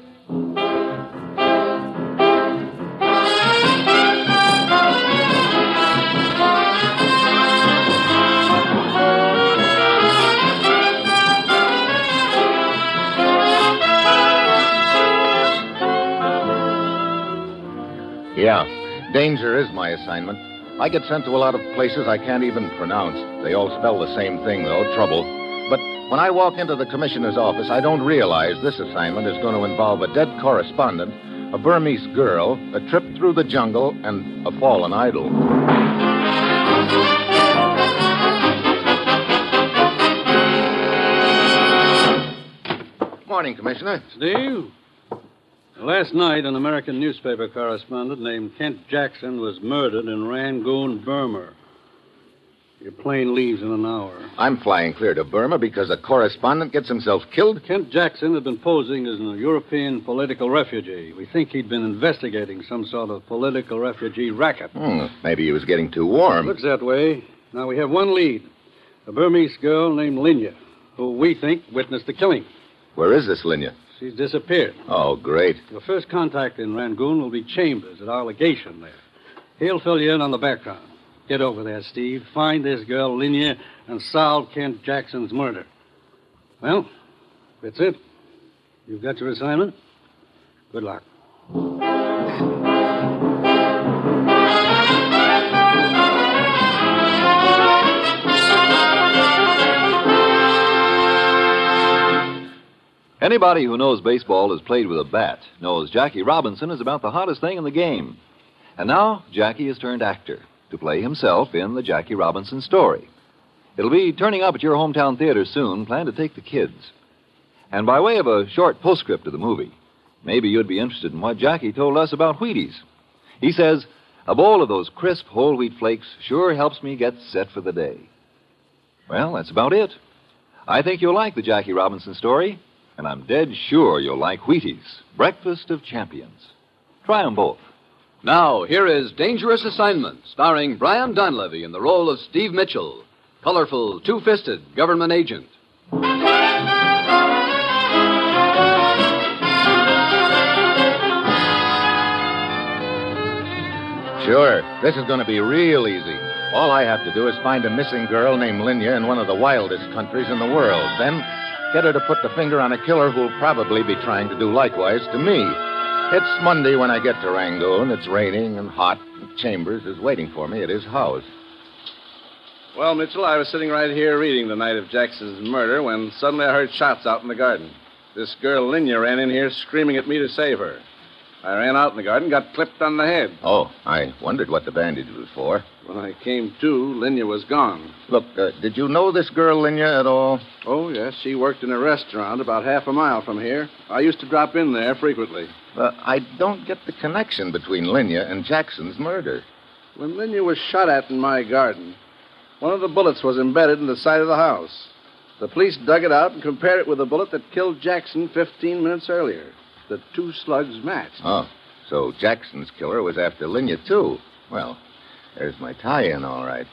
[SPEAKER 2] Yeah, danger is my assignment. I get sent to a lot of places I can't even pronounce. They all spell the same thing, though trouble. But when I walk into the commissioner's office, I don't realize this assignment is going to involve a dead correspondent, a Burmese girl, a trip through the jungle, and a fallen idol. Morning, Commissioner.
[SPEAKER 3] Steve? Last night, an American newspaper correspondent named Kent Jackson was murdered in Rangoon, Burma. Your plane leaves in an hour.
[SPEAKER 2] I'm flying clear to Burma because a correspondent gets himself killed.
[SPEAKER 3] Kent Jackson had been posing as a European political refugee. We think he'd been investigating some sort of political refugee racket.
[SPEAKER 2] Hmm, maybe he was getting too warm.
[SPEAKER 3] Looks that way. Now we have one lead a Burmese girl named Linya, who we think witnessed the killing.
[SPEAKER 2] Where is this Linya?
[SPEAKER 3] She's disappeared.
[SPEAKER 2] Oh, great.
[SPEAKER 3] Your first contact in Rangoon will be Chambers at our legation there. He'll fill you in on the background. Get over there, Steve. Find this girl, Linya, and solve Kent Jackson's murder. Well, that's it. You've got your assignment. Good luck.
[SPEAKER 4] Anybody who knows baseball has played with a bat knows Jackie Robinson is about the hottest thing in the game. And now Jackie has turned actor to play himself in the Jackie Robinson story. It'll be turning up at your hometown theater soon. Plan to take the kids. And by way of a short postscript to the movie, maybe you'd be interested in what Jackie told us about Wheaties. He says, A bowl of those crisp whole wheat flakes sure helps me get set for the day. Well, that's about it. I think you'll like the Jackie Robinson story, and I'm dead sure you'll like Wheaties, Breakfast of Champions. Try 'em both.
[SPEAKER 1] Now, here is Dangerous Assignment, starring Brian Donlevy in the role of Steve Mitchell, colorful, two fisted government agent.
[SPEAKER 2] Sure. This is going to be real easy. All I have to do is find a missing girl named Linya in one of the wildest countries in the world. Then get her to put the finger on a killer who'll probably be trying to do likewise to me. It's Monday when I get to Rangoon. It's raining and hot. Chambers is waiting for me at his house.
[SPEAKER 18] Well, Mitchell, I was sitting right here reading the night of Jackson's murder when suddenly I heard shots out in the garden. This girl, Linya, ran in here screaming at me to save her. I ran out in the garden, got clipped on the head.
[SPEAKER 2] Oh, I wondered what the bandage was for.
[SPEAKER 18] When I came to, Linya was gone.
[SPEAKER 2] Look, uh, did you know this girl, Linya, at all?
[SPEAKER 18] Oh, yes. She worked in a restaurant about half a mile from here. I used to drop in there frequently.
[SPEAKER 2] Uh, I don't get the connection between Linya and Jackson's murder.
[SPEAKER 18] When Linya was shot at in my garden, one of the bullets was embedded in the side of the house. The police dug it out and compared it with the bullet that killed Jackson 15 minutes earlier. The two slugs matched.
[SPEAKER 2] Oh, so Jackson's killer was after Linya, too. Well, there's my tie in, all right.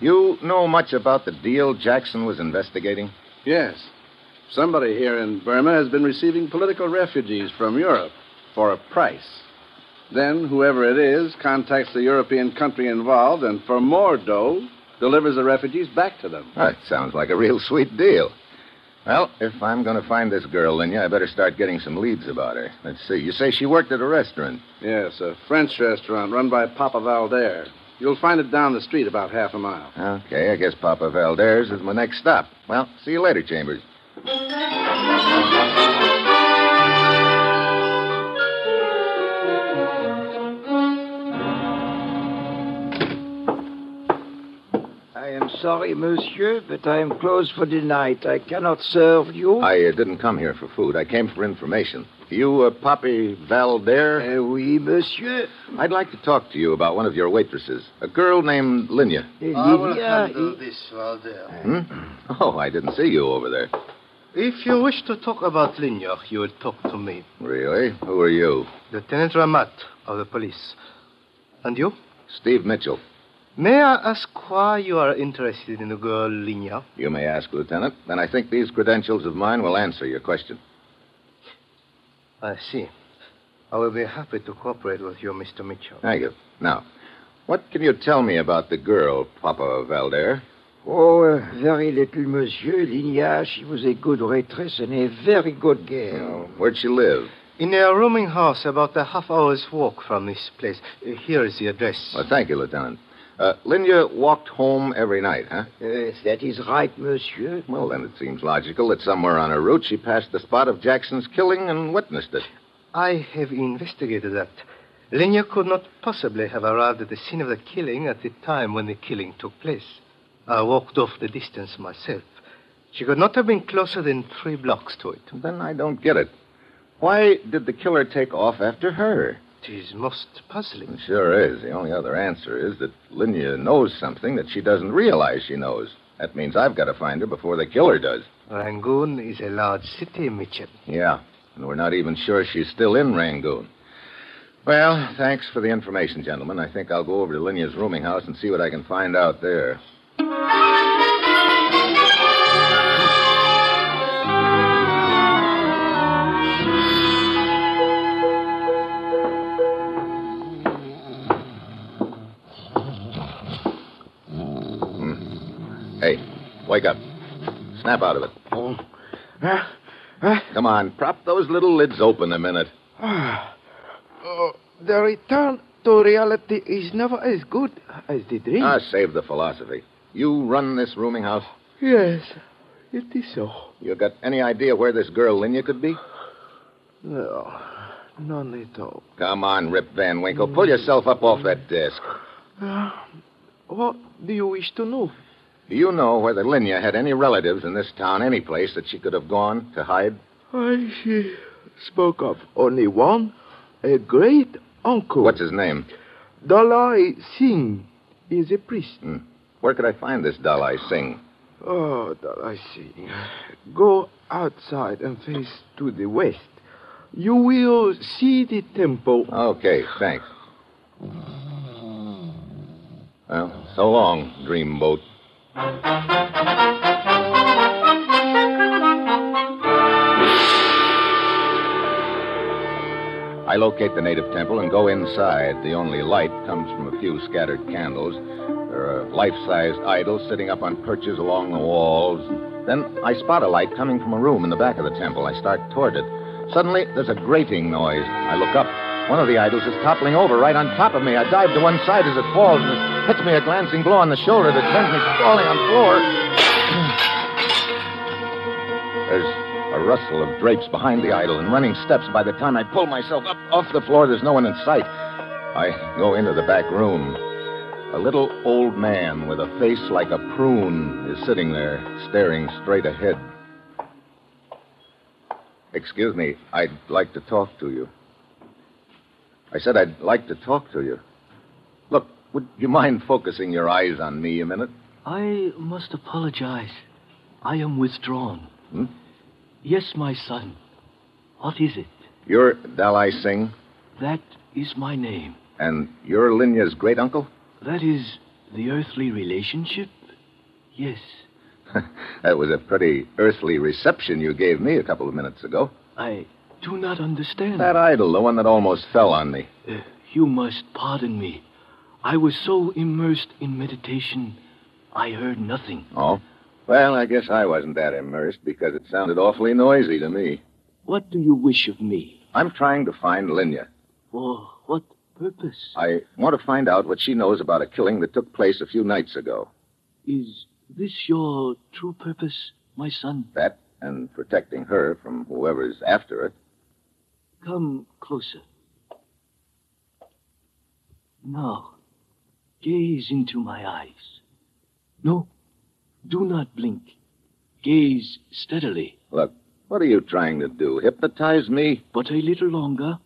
[SPEAKER 2] You know much about the deal Jackson was investigating?
[SPEAKER 18] Yes. Somebody here in Burma has been receiving political refugees from Europe for a price. Then, whoever it is contacts the European country involved and, for more dough, delivers the refugees back to them.
[SPEAKER 2] That sounds like a real sweet deal. Well, if I'm going to find this girl, Linya, I better start getting some leads about her. Let's see. You say she worked at a restaurant.
[SPEAKER 18] Yes, a French restaurant run by Papa Valdaire. You'll find it down the street about half a mile.
[SPEAKER 2] Okay, I guess Papa Valdez is my next stop. Well, see you later, Chambers.
[SPEAKER 18] I am sorry, monsieur, but I am closed for the night. I cannot serve you.
[SPEAKER 2] I uh, didn't come here for food. I came for information. You, uh, Poppy Valdaire?
[SPEAKER 18] Uh, oui, monsieur.
[SPEAKER 2] I'd like to talk to you about one of your waitresses, a girl named Linya.
[SPEAKER 18] Lydia,
[SPEAKER 7] Ah, handle this, Valder.
[SPEAKER 2] Hmm? Oh, I didn't see you over there.
[SPEAKER 7] If you wish to talk about Lignac, you would talk to me.
[SPEAKER 2] Really? Who are you?
[SPEAKER 7] Lieutenant Ramat of the police. And you?
[SPEAKER 2] Steve Mitchell.
[SPEAKER 7] May I ask why you are interested in the girl Lignac?
[SPEAKER 2] You may ask, Lieutenant, and I think these credentials of mine will answer your question.
[SPEAKER 7] I see. I will be happy to cooperate with you, Mr. Mitchell.
[SPEAKER 2] Thank you. Now, what can you tell me about the girl, Papa Valdaire?
[SPEAKER 18] Oh, uh, very little, monsieur. Ligna, she was a good waitress and a very good girl.
[SPEAKER 2] Oh, Where'd she live?
[SPEAKER 7] In a rooming house about a half hour's walk from this place. Uh, Here is the address.
[SPEAKER 2] Well, thank you, Lieutenant. Uh, Linya walked home every night, huh?
[SPEAKER 18] Uh, that is right, monsieur.
[SPEAKER 2] Well, then it seems logical that somewhere on her route she passed the spot of Jackson's killing and witnessed it.
[SPEAKER 7] I have investigated that. Lignac could not possibly have arrived at the scene of the killing at the time when the killing took place. I walked off the distance myself. She could not have been closer than three blocks to it.
[SPEAKER 2] Then I don't get it. Why did the killer take off after her?
[SPEAKER 7] It is most puzzling.
[SPEAKER 2] It sure is. The only other answer is that Linya knows something that she doesn't realize she knows. That means I've got to find her before the killer does.
[SPEAKER 7] Rangoon is a large city, Mitchell.
[SPEAKER 2] Yeah, and we're not even sure she's still in Rangoon. Well, thanks for the information, gentlemen. I think I'll go over to Linya's rooming house and see what I can find out there. Hey, wake up. Snap out of it.
[SPEAKER 18] Oh. Huh? Huh?
[SPEAKER 2] Come on, prop those little lids open a minute.
[SPEAKER 18] Ah. Oh, the return to reality is never as good as the dream.
[SPEAKER 2] Ah, save the philosophy. You run this rooming house?
[SPEAKER 18] Yes, it is so.
[SPEAKER 2] You got any idea where this girl Linya could be?
[SPEAKER 18] No, none at all.
[SPEAKER 2] Come on, Rip Van Winkle. Pull yourself up off that desk.
[SPEAKER 18] Uh, what do you wish to know?
[SPEAKER 2] Do you know whether Linya had any relatives in this town, any place that she could have gone to hide?
[SPEAKER 18] I she spoke of only one, a great uncle.
[SPEAKER 2] What's his name?
[SPEAKER 18] Dalai Singh is a priest.
[SPEAKER 2] Hmm. Where could I find this Dalai Singh?
[SPEAKER 18] Oh, Dalai Singh, go outside and face to the west. You will see the temple.
[SPEAKER 2] Okay, thanks. Well, so long, dreamboat. I locate the native temple and go inside. The only light comes from a few scattered candles. There are life sized idols sitting up on perches along the walls. Then I spot a light coming from a room in the back of the temple. I start toward it. Suddenly, there's a grating noise. I look up. One of the idols is toppling over right on top of me. I dive to one side as it falls, and it hits me a glancing blow on the shoulder that sends me sprawling on the floor. There's a rustle of drapes behind the idol and running steps. By the time I pull myself up off the floor, there's no one in sight. I go into the back room. A little old man with a face like a prune is sitting there, staring straight ahead. Excuse me, I'd like to talk to you. I said I'd like to talk to you. Look, would you mind focusing your eyes on me a minute?
[SPEAKER 19] I must apologize. I am withdrawn.
[SPEAKER 2] Hmm?
[SPEAKER 19] Yes, my son. What is it?
[SPEAKER 2] You're Dalai Singh,
[SPEAKER 19] That is my name.
[SPEAKER 2] and you're Linya's great uncle?
[SPEAKER 19] That is the earthly relationship? Yes.
[SPEAKER 2] That was a pretty earthly reception you gave me a couple of minutes ago.
[SPEAKER 19] I do not understand.
[SPEAKER 2] That idol, the one that almost fell on me.
[SPEAKER 19] Uh, you must pardon me. I was so immersed in meditation, I heard nothing.
[SPEAKER 2] Oh? Well, I guess I wasn't that immersed because it sounded awfully noisy to me.
[SPEAKER 19] What do you wish of me?
[SPEAKER 2] I'm trying to find Linya.
[SPEAKER 19] For what purpose?
[SPEAKER 2] I want to find out what she knows about a killing that took place a few nights ago.
[SPEAKER 19] Is this your true purpose, my son?
[SPEAKER 2] That and protecting her from whoever's after it.
[SPEAKER 19] Come closer. Now, gaze into my eyes. No, do not blink. Gaze steadily.
[SPEAKER 2] Look, what are you trying to do? Hypnotize me?
[SPEAKER 19] But a little longer.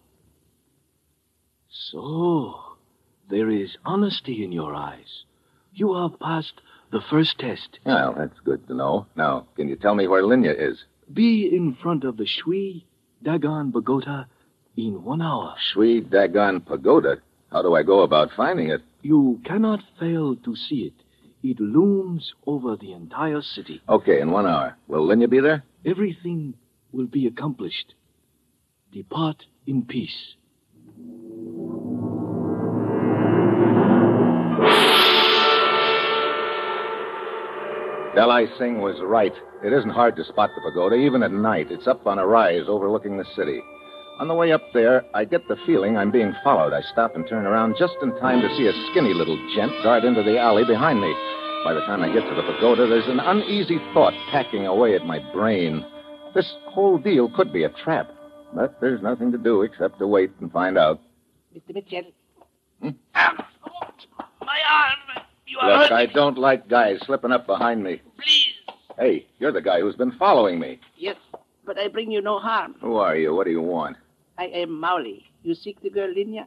[SPEAKER 19] So, there is honesty in your eyes. You are past the first test.
[SPEAKER 2] Well, that's good to know. Now, can you tell me where Linya is?
[SPEAKER 19] Be in front of the Shui Dagon Bogota in one hour.
[SPEAKER 2] Shui Dagon Pagoda? How do I go about finding it?
[SPEAKER 19] You cannot fail to see it. It looms over the entire city.
[SPEAKER 2] Okay, in one hour. Will Linya be there?
[SPEAKER 19] Everything will be accomplished. Depart in peace.
[SPEAKER 2] Dalai Singh was right. It isn't hard to spot the pagoda, even at night. It's up on a rise overlooking the city. On the way up there, I get the feeling I'm being followed. I stop and turn around just in time to see a skinny little gent dart into the alley behind me. By the time I get to the pagoda, there's an uneasy thought packing away at my brain. This whole deal could be a trap, but there's nothing to do except to wait and find out.
[SPEAKER 20] Mr. Mitchell.
[SPEAKER 2] Hmm?
[SPEAKER 20] My arm. You are
[SPEAKER 2] Look, I
[SPEAKER 20] hurting.
[SPEAKER 2] don't like guys slipping up behind me.
[SPEAKER 20] Please.
[SPEAKER 2] Hey, you're the guy who's been following me.
[SPEAKER 20] Yes, but I bring you no harm.
[SPEAKER 2] Who are you? What do you want?
[SPEAKER 20] I am Maoli. You seek the girl Linya?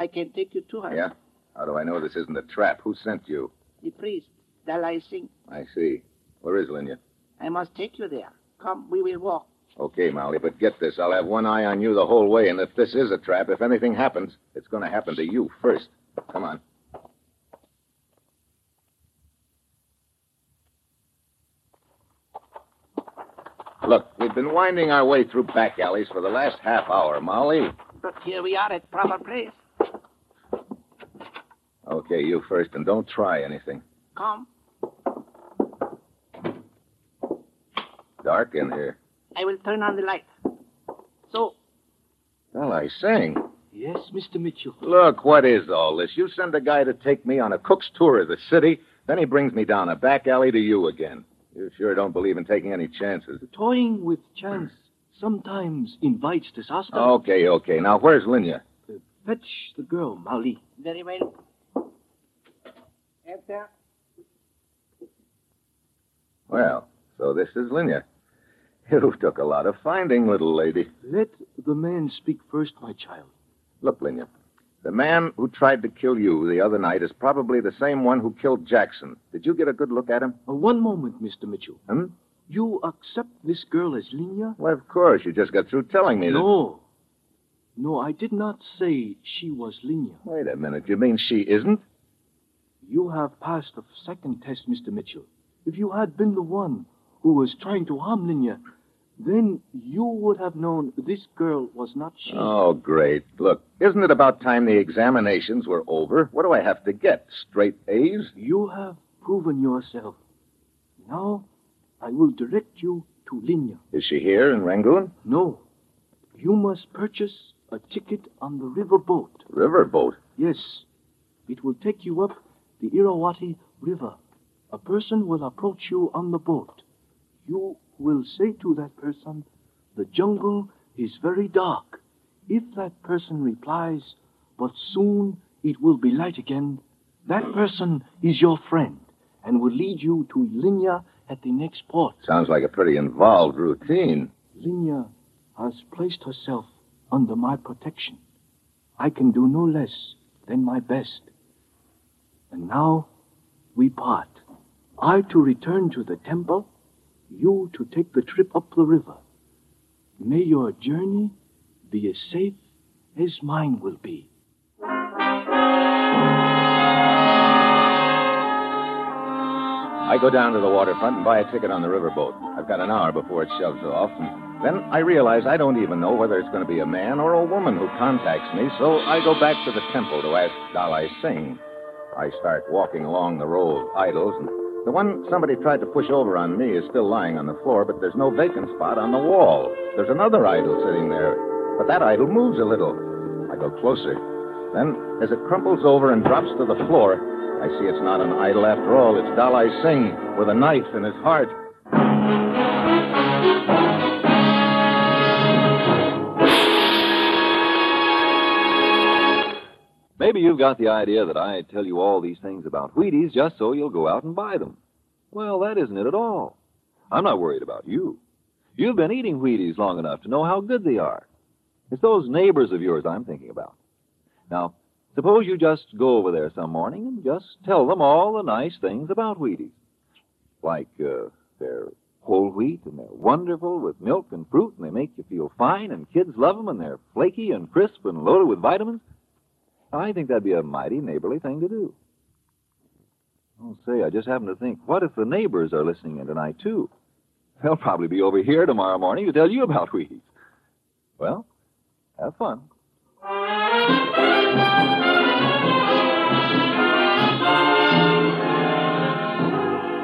[SPEAKER 20] I can take you to her.
[SPEAKER 2] Yeah? How do I know this isn't a trap? Who sent you?
[SPEAKER 20] The priest, Dalai Singh.
[SPEAKER 2] I see. Where is Linya?
[SPEAKER 20] I must take you there. Come, we will walk.
[SPEAKER 2] Okay, Molly, but get this. I'll have one eye on you the whole way, and if this is a trap, if anything happens, it's going to happen to you first. Come on. Look, we've been winding our way through back alleys for the last half hour, Molly.
[SPEAKER 20] But here we are at proper place.
[SPEAKER 2] Okay, you first, and don't try anything.
[SPEAKER 20] Come,
[SPEAKER 2] Dark in here.
[SPEAKER 20] I will turn on the light. So,
[SPEAKER 2] Well, I sing.
[SPEAKER 19] Yes, Mr. Mitchell.
[SPEAKER 2] Look, what is all this? You send a guy to take me on a cook's tour of the city, then he brings me down a back alley to you again. You sure don't believe in taking any chances.
[SPEAKER 19] Toying with chance sometimes invites disaster.
[SPEAKER 2] Okay, okay. Now, where's Linya?
[SPEAKER 19] Fetch the girl, Mali.
[SPEAKER 20] very well. Enter.
[SPEAKER 2] Well, so this is Linya. You took a lot of finding, little lady.
[SPEAKER 19] Let the man speak first, my child.
[SPEAKER 2] Look, Linya, the man who tried to kill you the other night is probably the same one who killed Jackson. Did you get a good look at him?
[SPEAKER 19] Uh, one moment, Mr. Mitchell.
[SPEAKER 2] Hmm?
[SPEAKER 19] You accept this girl as Linya?
[SPEAKER 2] Well, of course. You just got through telling me that.
[SPEAKER 19] No. No, I did not say she was Linya.
[SPEAKER 2] Wait a minute. You mean she isn't?
[SPEAKER 19] You have passed the second test, Mr. Mitchell. If you had been the one who was trying to harm Linya, then you would have known this girl was not she.
[SPEAKER 2] Oh, great. Look, isn't it about time the examinations were over? What do I have to get? Straight A's?
[SPEAKER 19] You have proven yourself. Now, I will direct you to Linya.
[SPEAKER 2] Is she here in Rangoon?
[SPEAKER 19] No. You must purchase a ticket on the river boat.
[SPEAKER 2] Riverboat.
[SPEAKER 19] Yes. It will take you up the Irrawaddy River. A person will approach you on the boat. You will say to that person, The jungle is very dark. If that person replies, But soon it will be light again, that person is your friend and will lead you to Linya at the next port.
[SPEAKER 2] Sounds like a pretty involved routine.
[SPEAKER 19] Linya has placed herself under my protection. I can do no less than my best. And now we part. I to return to the temple, you to take the trip up the river. May your journey be as safe as mine will be.
[SPEAKER 2] I go down to the waterfront and buy a ticket on the riverboat. I've got an hour before it shoves off, and then I realize I don't even know whether it's going to be a man or a woman who contacts me, so I go back to the temple to ask Dalai Singh. I start walking along the row of idols, and the one somebody tried to push over on me is still lying on the floor, but there's no vacant spot on the wall. There's another idol sitting there, but that idol moves a little. I go closer. Then, as it crumples over and drops to the floor, I see it's not an idol after all. It's Dalai Singh with a knife in his heart.
[SPEAKER 4] Maybe you've got the idea that I tell you all these things about Wheaties just so you'll go out and buy them. Well, that isn't it at all. I'm not worried about you. You've been eating Wheaties long enough to know how good they are. It's those neighbors of yours I'm thinking about. Now, suppose you just go over there some morning and just tell them all the nice things about Wheaties. Like uh, they're whole wheat and they're wonderful with milk and fruit and they make you feel fine and kids love them and they're flaky and crisp and loaded with vitamins. I think that'd be a mighty neighborly thing to do. Oh, say, I just happen to think, what if the neighbors are listening in tonight, too? They'll probably be over here tomorrow morning to tell you about Wheaties. Well, have fun.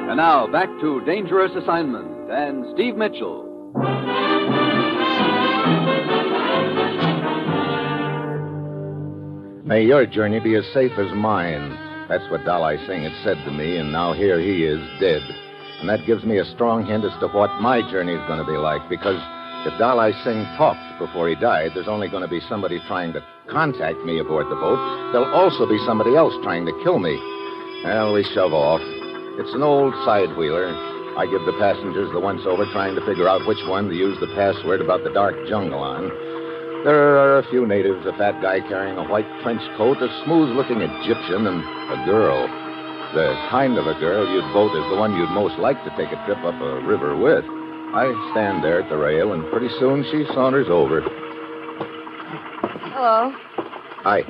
[SPEAKER 1] And now, back to Dangerous Assignment and Steve Mitchell.
[SPEAKER 2] May your journey be as safe as mine. That's what Dalai Singh had said to me, and now here he is dead. And that gives me a strong hint as to what my journey's going to be like, because if Dalai Singh talked before he died, there's only going to be somebody trying to contact me aboard the boat. There'll also be somebody else trying to kill me. Well, we shove off. It's an old side wheeler. I give the passengers the once over trying to figure out which one to use the password about the dark jungle on. There are a few natives, a fat guy carrying a white trench coat, a smooth looking Egyptian, and a girl. The kind of a girl you'd vote as the one you'd most like to take a trip up a river with. I stand there at the rail, and pretty soon she saunters over.
[SPEAKER 12] Hello.
[SPEAKER 2] Hi,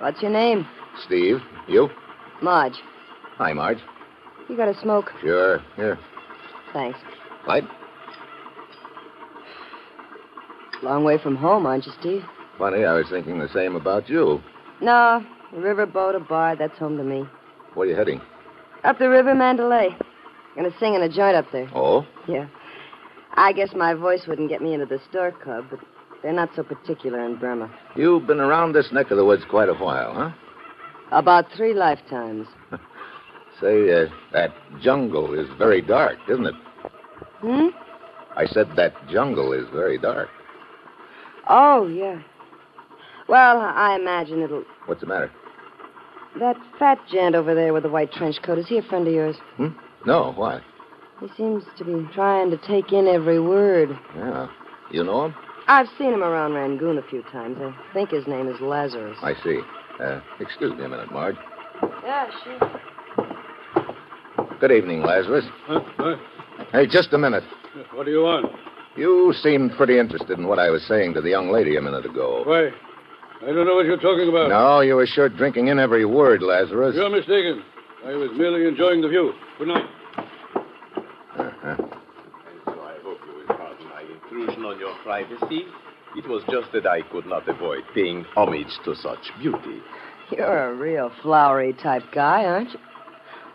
[SPEAKER 12] What's your name?
[SPEAKER 2] Steve. You?
[SPEAKER 12] Marge.
[SPEAKER 2] Hi, Marge.
[SPEAKER 12] You got a smoke?
[SPEAKER 2] Sure. Here.
[SPEAKER 12] Thanks.
[SPEAKER 2] Light?
[SPEAKER 12] Long way from home, aren't you, Steve?
[SPEAKER 2] Funny, I was thinking the same about you.
[SPEAKER 12] No. A riverboat, a bar, that's home to me.
[SPEAKER 2] Where are you heading?
[SPEAKER 12] Up the river, Mandalay. Gonna sing in a joint up there.
[SPEAKER 2] Oh?
[SPEAKER 12] Yeah. I guess my voice wouldn't get me into the store club, but they're not so particular in Burma.
[SPEAKER 2] You've been around this neck of the woods quite a while, huh?
[SPEAKER 12] About three lifetimes.
[SPEAKER 2] Say, uh, that jungle is very dark, isn't it?
[SPEAKER 12] Hmm?
[SPEAKER 2] I said that jungle is very dark.
[SPEAKER 12] Oh, yeah. Well, I imagine it'll.
[SPEAKER 2] What's the matter?
[SPEAKER 12] That fat gent over there with the white trench coat, is he a friend of yours?
[SPEAKER 2] No, why?
[SPEAKER 12] He seems to be trying to take in every word.
[SPEAKER 2] Yeah. You know him?
[SPEAKER 12] I've seen him around Rangoon a few times. I think his name is Lazarus.
[SPEAKER 2] I see. Uh, excuse me a minute, Marge.
[SPEAKER 12] Yeah, sure.
[SPEAKER 2] Good evening, Lazarus. Hey, just a minute.
[SPEAKER 3] What do you want?
[SPEAKER 2] You seemed pretty interested in what I was saying to the young lady a minute ago.
[SPEAKER 3] Why? I don't know what you're talking about.
[SPEAKER 2] No, you were sure drinking in every word, Lazarus.
[SPEAKER 3] You're mistaken. I was merely enjoying the view. Good night.
[SPEAKER 2] Uh-huh.
[SPEAKER 21] So I hope you will pardon my intrusion on your privacy. It was just that I could not avoid paying homage to such beauty.
[SPEAKER 12] You're a real flowery type guy, aren't you?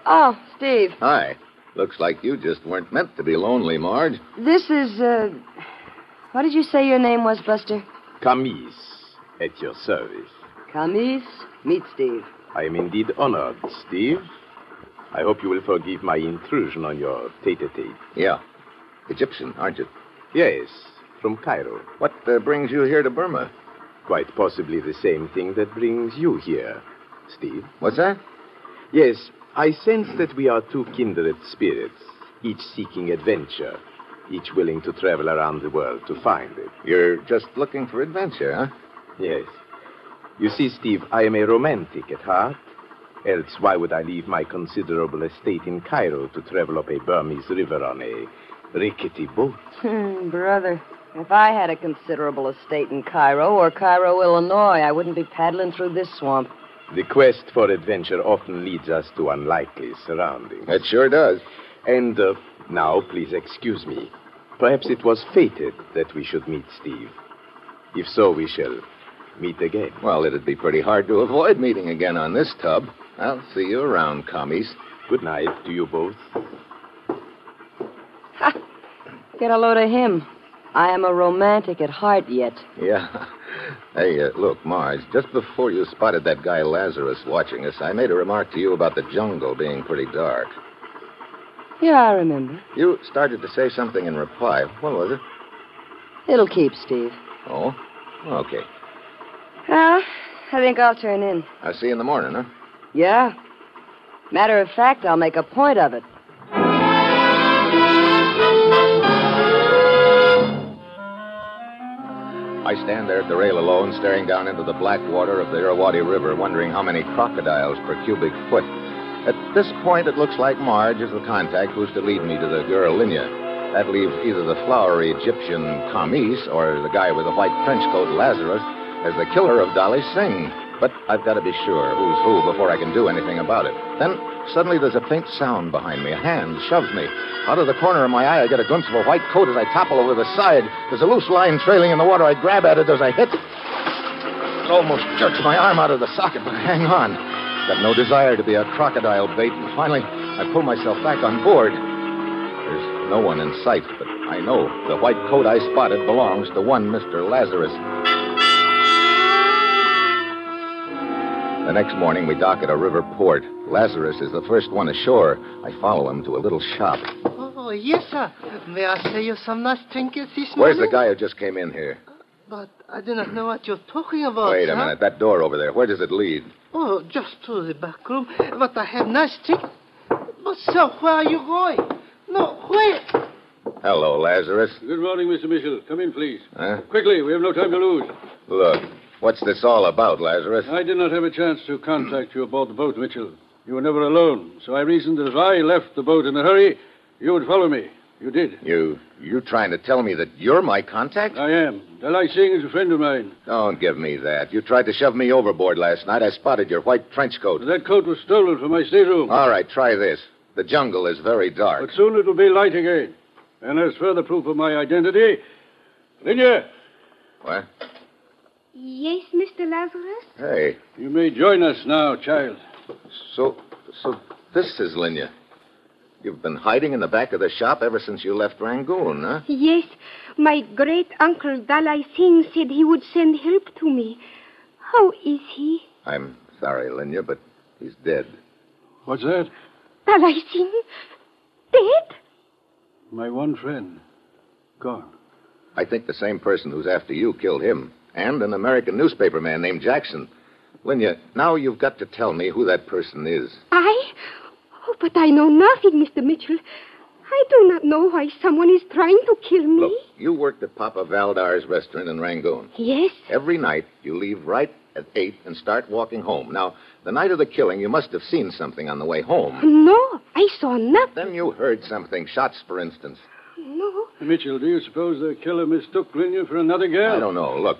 [SPEAKER 12] Oh, Steve,
[SPEAKER 2] Hi. Looks like you just weren't meant to be lonely, Marge.
[SPEAKER 12] this is, uh. What did you say your name was, Buster?
[SPEAKER 21] Camise, at your service.
[SPEAKER 12] Camis. Meet Steve.
[SPEAKER 21] I am indeed honored, Steve. I hope you will forgive my intrusion on your tete a tete.
[SPEAKER 2] Yeah. Egyptian, aren't you?
[SPEAKER 21] Yes, from Cairo.
[SPEAKER 2] What uh, brings you here to Burma?
[SPEAKER 21] Quite possibly the same thing that brings you here, Steve.
[SPEAKER 2] What's that?
[SPEAKER 21] Yes, I sense that we are two kindred spirits, each seeking adventure, each willing to travel around the world to find it.
[SPEAKER 2] You're just looking for adventure, huh?
[SPEAKER 21] Yes. You see, Steve, I am a romantic at heart. Else, why would I leave my considerable estate in Cairo to travel up a Burmese river on a rickety boat?
[SPEAKER 12] Hmm, brother. If I had a considerable estate in Cairo or Cairo, Illinois, I wouldn't be paddling through this swamp.
[SPEAKER 21] The quest for adventure often leads us to unlikely surroundings.
[SPEAKER 2] It sure does.
[SPEAKER 21] And uh, now, please excuse me. Perhaps it was fated that we should meet Steve. If so, we shall meet again.
[SPEAKER 2] Well, it'd be pretty hard to avoid meeting again on this tub. I'll see you around, commies.
[SPEAKER 21] Good night to you both.
[SPEAKER 12] Get a load of him. I am a romantic at heart yet.
[SPEAKER 2] Yeah. Hey, uh, look, Marge, just before you spotted that guy Lazarus watching us, I made a remark to you about the jungle being pretty dark.
[SPEAKER 12] Yeah, I remember.
[SPEAKER 2] You started to say something in reply. What was it?
[SPEAKER 12] It'll keep, Steve.
[SPEAKER 2] Oh? Okay.
[SPEAKER 12] Well, I think I'll turn in.
[SPEAKER 2] I'll see you in the morning, huh?
[SPEAKER 12] Yeah. Matter of fact, I'll make a point of it.
[SPEAKER 2] I stand there at the rail alone, staring down into the black water of the Irrawaddy River, wondering how many crocodiles per cubic foot. At this point, it looks like Marge is the contact who's to lead me to the girl Linya. That leaves either the flowery Egyptian Kamis or the guy with the white trench coat Lazarus as the killer of Dolly Singh. But I've got to be sure who's who before I can do anything about it. Then suddenly there's a faint sound behind me. A hand shoves me. Out of the corner of my eye, I get a glimpse of a white coat as I topple over the side. There's a loose line trailing in the water. I grab at it as I hit. It almost jerks my arm out of the socket, but I hang on. Got no desire to be a crocodile bait, and finally I pull myself back on board. There's no one in sight, but I know the white coat I spotted belongs to one Mr. Lazarus. The next morning, we dock at a river port. Lazarus is the first one ashore. I follow him to a little shop.
[SPEAKER 7] Oh, yes, sir. May I sell you some nice trinkets this
[SPEAKER 2] Where's the
[SPEAKER 7] morning?
[SPEAKER 2] guy who just came in here?
[SPEAKER 7] But I do not know what you're talking
[SPEAKER 3] Oh,
[SPEAKER 7] about.
[SPEAKER 2] Wait a
[SPEAKER 7] sir.
[SPEAKER 2] minute. That door over there, where does it lead?
[SPEAKER 7] Oh, just to the back room. But I have nice trick. But, sir, where are you going? No, where?
[SPEAKER 2] Hello, Lazarus.
[SPEAKER 3] Good morning, Mr. Mitchell. Come in, please.
[SPEAKER 2] Huh?
[SPEAKER 3] Quickly, we have no time to lose.
[SPEAKER 2] Look, what's this all about, Lazarus?
[SPEAKER 3] I did not have a chance to contact you aboard the boat, Mitchell. You were never alone, so I reasoned that if I left the boat in a hurry, you would follow me. You did.
[SPEAKER 2] You you trying to tell me that you're my contact?
[SPEAKER 3] I am. Dalai Singh is a friend of mine.
[SPEAKER 2] Don't give me that. You tried to shove me overboard last night. I spotted your white trench coat.
[SPEAKER 3] That coat was stolen from my stateroom.
[SPEAKER 2] All right, try this. The jungle is very dark.
[SPEAKER 3] But soon it'll be light again. And as further proof of my identity, Linya.
[SPEAKER 2] What?
[SPEAKER 13] Yes, Mr. Lazarus?
[SPEAKER 2] Hey.
[SPEAKER 3] You may join us now, child.
[SPEAKER 2] So, so this is Linya. You've been hiding in the back of the shop ever since you left Rangoon, huh?
[SPEAKER 13] Yes, my great uncle Dalai Singh said he would send help to me. How is he?
[SPEAKER 2] I'm sorry, Linya, but he's dead.
[SPEAKER 3] What's that?
[SPEAKER 13] Dalai Singh? Dead?
[SPEAKER 3] My one friend. Gone.
[SPEAKER 2] I think the same person who's after you killed him, and an American newspaper man named Jackson. Linya, now you've got to tell me who that person is.
[SPEAKER 13] I? Oh, but I know nothing, Mr. Mitchell. I do not know why someone is trying to kill me.
[SPEAKER 2] You worked at Papa Valdar's restaurant in Rangoon.
[SPEAKER 13] Yes?
[SPEAKER 2] Every night, you leave right at 8 and start walking home. Now, the night of the killing, you must have seen something on the way home.
[SPEAKER 13] No, I saw nothing.
[SPEAKER 2] Then you heard something, shots, for instance.
[SPEAKER 13] No.
[SPEAKER 3] Mitchell, do you suppose the killer mistook Linya for another girl?
[SPEAKER 2] I don't know. Look,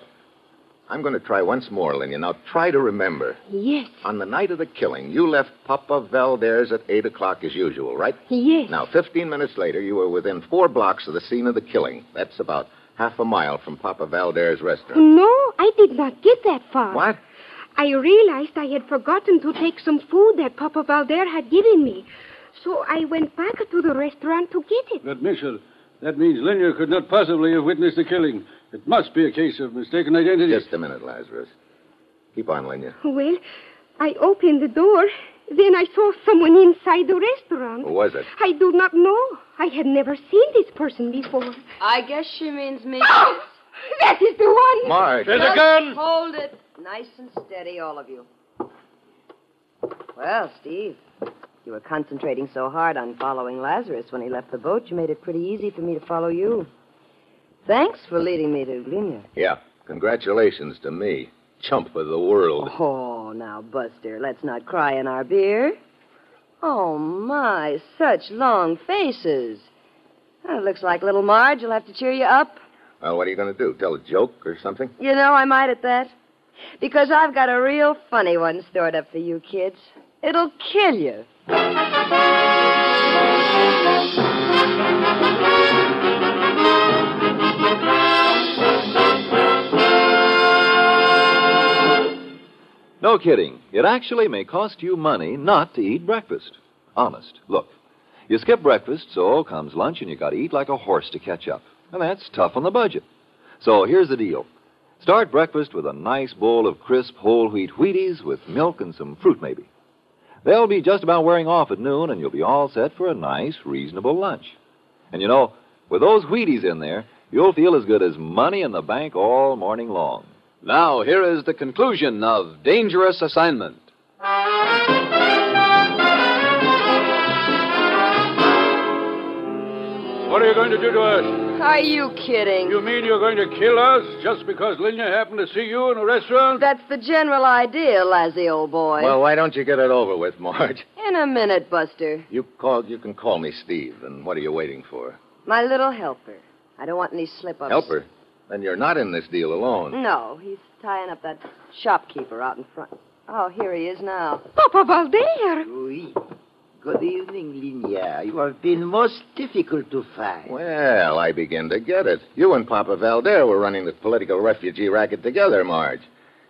[SPEAKER 2] I'm going to try once more, Linya. Now, try to remember.
[SPEAKER 13] Yes,
[SPEAKER 2] On the night of the killing, you left Papa Valdares at 8 o'clock as usual, right?
[SPEAKER 13] yes.
[SPEAKER 2] Now, 15 minutes later, you were within four blocks of the scene of the killing. That's about half a mile from Papa Valdares' restaurant.
[SPEAKER 13] No, I did not get that far.
[SPEAKER 2] What?
[SPEAKER 13] I realized I had forgotten to take some food that Papa Valder had given me. So I went back to the restaurant to get it.
[SPEAKER 3] But, Mitchell, that means Linya could not possibly have witnessed the killing. It must be a case of mistaken identity.
[SPEAKER 2] Just a minute, Lazarus. Keep on, Linya.
[SPEAKER 13] Well, I opened the door. Then I saw someone inside the restaurant.
[SPEAKER 2] Who was it?
[SPEAKER 13] I do not know. I had never seen this person before.
[SPEAKER 12] I guess she means me.
[SPEAKER 13] That is the one.
[SPEAKER 2] Marge.
[SPEAKER 12] Just Hold it. Nice and steady, all of you. Well, Steve, you were concentrating so hard on following Lazarus when he left the boat, you made it pretty easy for me to follow you. Thanks for leading me to Glinia.
[SPEAKER 2] Yeah. Congratulations to me. Chump of the world.
[SPEAKER 12] Oh, now, Buster, let's not cry in our beer. Oh, my, such long faces. Well, it looks like little Marge will have to cheer you up.
[SPEAKER 2] Well, what are you going to do? Tell a joke or something?
[SPEAKER 12] You know, I might at that. Because I've got a real funny one stored up for you kids. It'll kill you.
[SPEAKER 4] No kidding. It actually may cost you money not to eat breakfast. Honest. Look, you skip breakfast, so comes lunch, and you got to eat like a horse to catch up. And that's tough on the budget. So here's the deal start breakfast with a nice bowl of crisp whole wheat Wheaties with milk and some fruit, maybe. They'll be just about wearing off at noon, and you'll be all set for a nice, reasonable lunch. And you know, with those Wheaties in there, you'll feel as good as money in the bank all morning long.
[SPEAKER 1] Now, here is the conclusion of Dangerous Assignment.
[SPEAKER 3] What are you going to do to us?
[SPEAKER 12] Are you kidding?
[SPEAKER 3] You mean you're going to kill us just because Linya happened to see you in a restaurant?
[SPEAKER 12] That's the general idea, Lazzy, old boy.
[SPEAKER 2] Well, why don't you get it over with, Marge?
[SPEAKER 3] uh,
[SPEAKER 12] In a minute, Buster.
[SPEAKER 2] You called. You can call me Steve. And what are you waiting for?
[SPEAKER 12] My little helper. I don't want any slip ups.
[SPEAKER 2] Helper. Then you're not in this deal alone.
[SPEAKER 12] No, he's tying up that shopkeeper out in front. Oh, here he is now.
[SPEAKER 7] Papa Valder.
[SPEAKER 10] Oui. Good evening, Linya. You have been most difficult to find.
[SPEAKER 2] Well, I begin to get it. You and Papa Valder were running the political refugee racket together, Marge.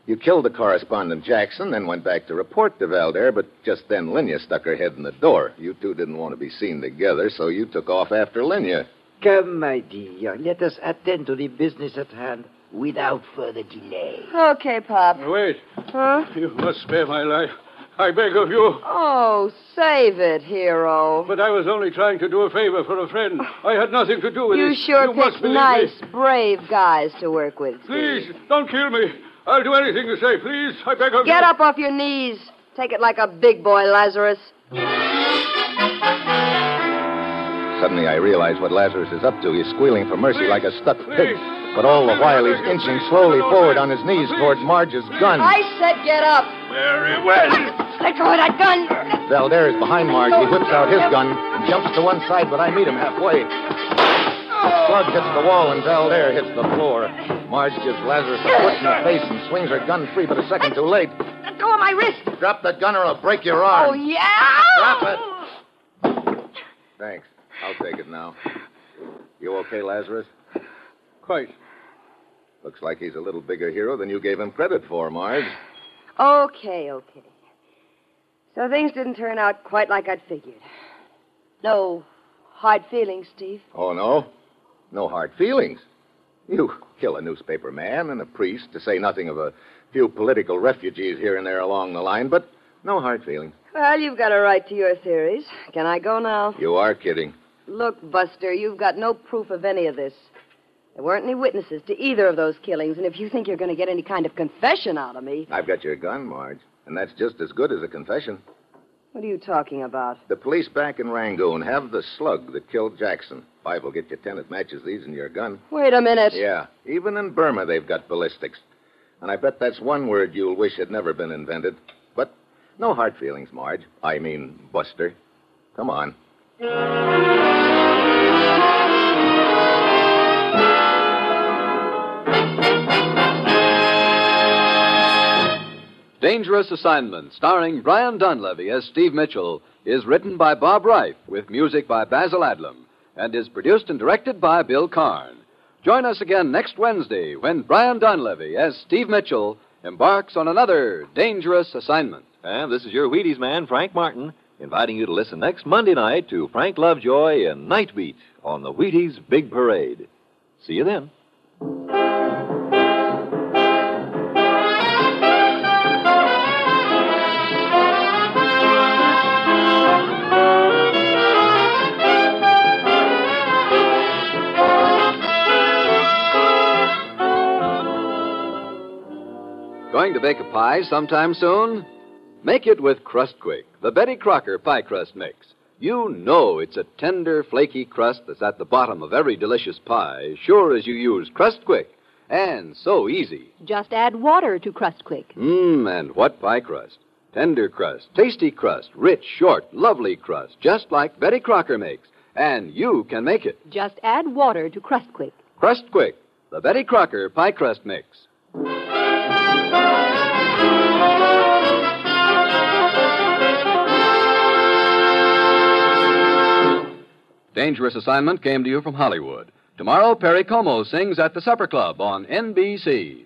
[SPEAKER 2] You killed the correspondent Jackson, then went back to report to Valder, but just then Linya stuck her head in the door. You two didn't want to be seen together, so you took off after Linya.
[SPEAKER 10] Come, my dear, let us attend to the business at hand without further delay.
[SPEAKER 12] Okay, Pop.
[SPEAKER 3] Wait.
[SPEAKER 12] Huh?
[SPEAKER 3] You must spare my life. I beg of you.
[SPEAKER 12] Oh, save it, hero.
[SPEAKER 3] But I was only trying to do a favor for a friend. I had nothing to do with
[SPEAKER 12] Oh. You
[SPEAKER 3] it.
[SPEAKER 12] sure
[SPEAKER 3] you must
[SPEAKER 12] picked
[SPEAKER 3] believe
[SPEAKER 12] nice,
[SPEAKER 3] me.
[SPEAKER 12] brave guys to work with.
[SPEAKER 3] Please, don't kill me. I'll do anything you say. Please, I beg of you.
[SPEAKER 12] Get up off your knees. Take it like a big boy, Lazarus.
[SPEAKER 2] Suddenly I realize what Lazarus is up to. He's squealing for mercy like a stuck pig. But all the while he's inching slowly forward on his knees toward Marge's gun.
[SPEAKER 12] I said get up.
[SPEAKER 3] Very well.
[SPEAKER 12] Let go of that gun.
[SPEAKER 2] Valder is behind Marge. He whips out his gun, jumps to one side, but I meet him halfway. The slug hits the wall and Valder hits the floor. Marge gives Lazarus a push in the face and swings her gun free, but a second too late.
[SPEAKER 12] Let go of my wrist.
[SPEAKER 2] Drop that gun or I'll break your
[SPEAKER 12] Oh,
[SPEAKER 2] arm.
[SPEAKER 12] yeah?
[SPEAKER 2] Drop it. Thanks. I'll take it now. You okay, Lazarus?
[SPEAKER 3] Quite.
[SPEAKER 2] Looks like he's a little bigger hero than you gave him credit for, Marge.
[SPEAKER 12] Okay, okay. So things didn't turn out quite like I'd figured. No hard feelings, Steve.
[SPEAKER 2] Oh, no? No hard feelings. You kill a newspaper man and a priest, to say nothing of a few political refugees here and there along the line, but no hard feelings.
[SPEAKER 12] Well, you've got a right to your theories. Can I go now?
[SPEAKER 2] You are kidding.
[SPEAKER 12] Look, Buster, you've got no proof of any of this. There weren't any witnesses to either of those killings, and if you think you're going to get any kind of confession out of me,
[SPEAKER 2] I've got your gun, Marge, and that's just as good as a confession.
[SPEAKER 12] what are you talking about?
[SPEAKER 2] The police back in Rangoon have the slug that killed Jackson. Five will get you ten that matches these in your gun.
[SPEAKER 12] Wait a minute.
[SPEAKER 2] Yeah, even in Burma they've got ballistics. And I bet that's one word you'll wish had never been invented. But no hard feelings, Marge. I mean, Buster. Come on.
[SPEAKER 1] Dangerous Assignment, starring Brian Dunleavy as Steve Mitchell, is written by Bob Reif with music by Basil Adlam and is produced and directed by Bill Karn. Join us again next Wednesday when Brian Dunleavy as Steve Mitchell embarks on another dangerous assignment.
[SPEAKER 4] And this is your Wheaties man, Frank Martin, inviting you to listen next Monday night to Frank Lovejoy and Nightbeat on the Wheaties Big Parade. See you then.
[SPEAKER 1] Going to bake a pie sometime soon? Make it with Crust Quick, the Betty Crocker pie crust mix. You know it's a tender, flaky crust that's at the bottom of every delicious pie, as sure as you use Crust Quick. And so easy.
[SPEAKER 22] Just add water to Crust Quick.
[SPEAKER 1] Mmm, and what pie crust? Tender crust, tasty crust, rich, short, lovely crust, just like Betty Crocker makes. And you can make it.
[SPEAKER 22] Just add water to Crust Quick.
[SPEAKER 1] Crust Quick, the Betty Crocker pie crust mix. Dangerous Assignment came to you from Hollywood. Tomorrow, Perry Como sings at the Supper Club on NBC.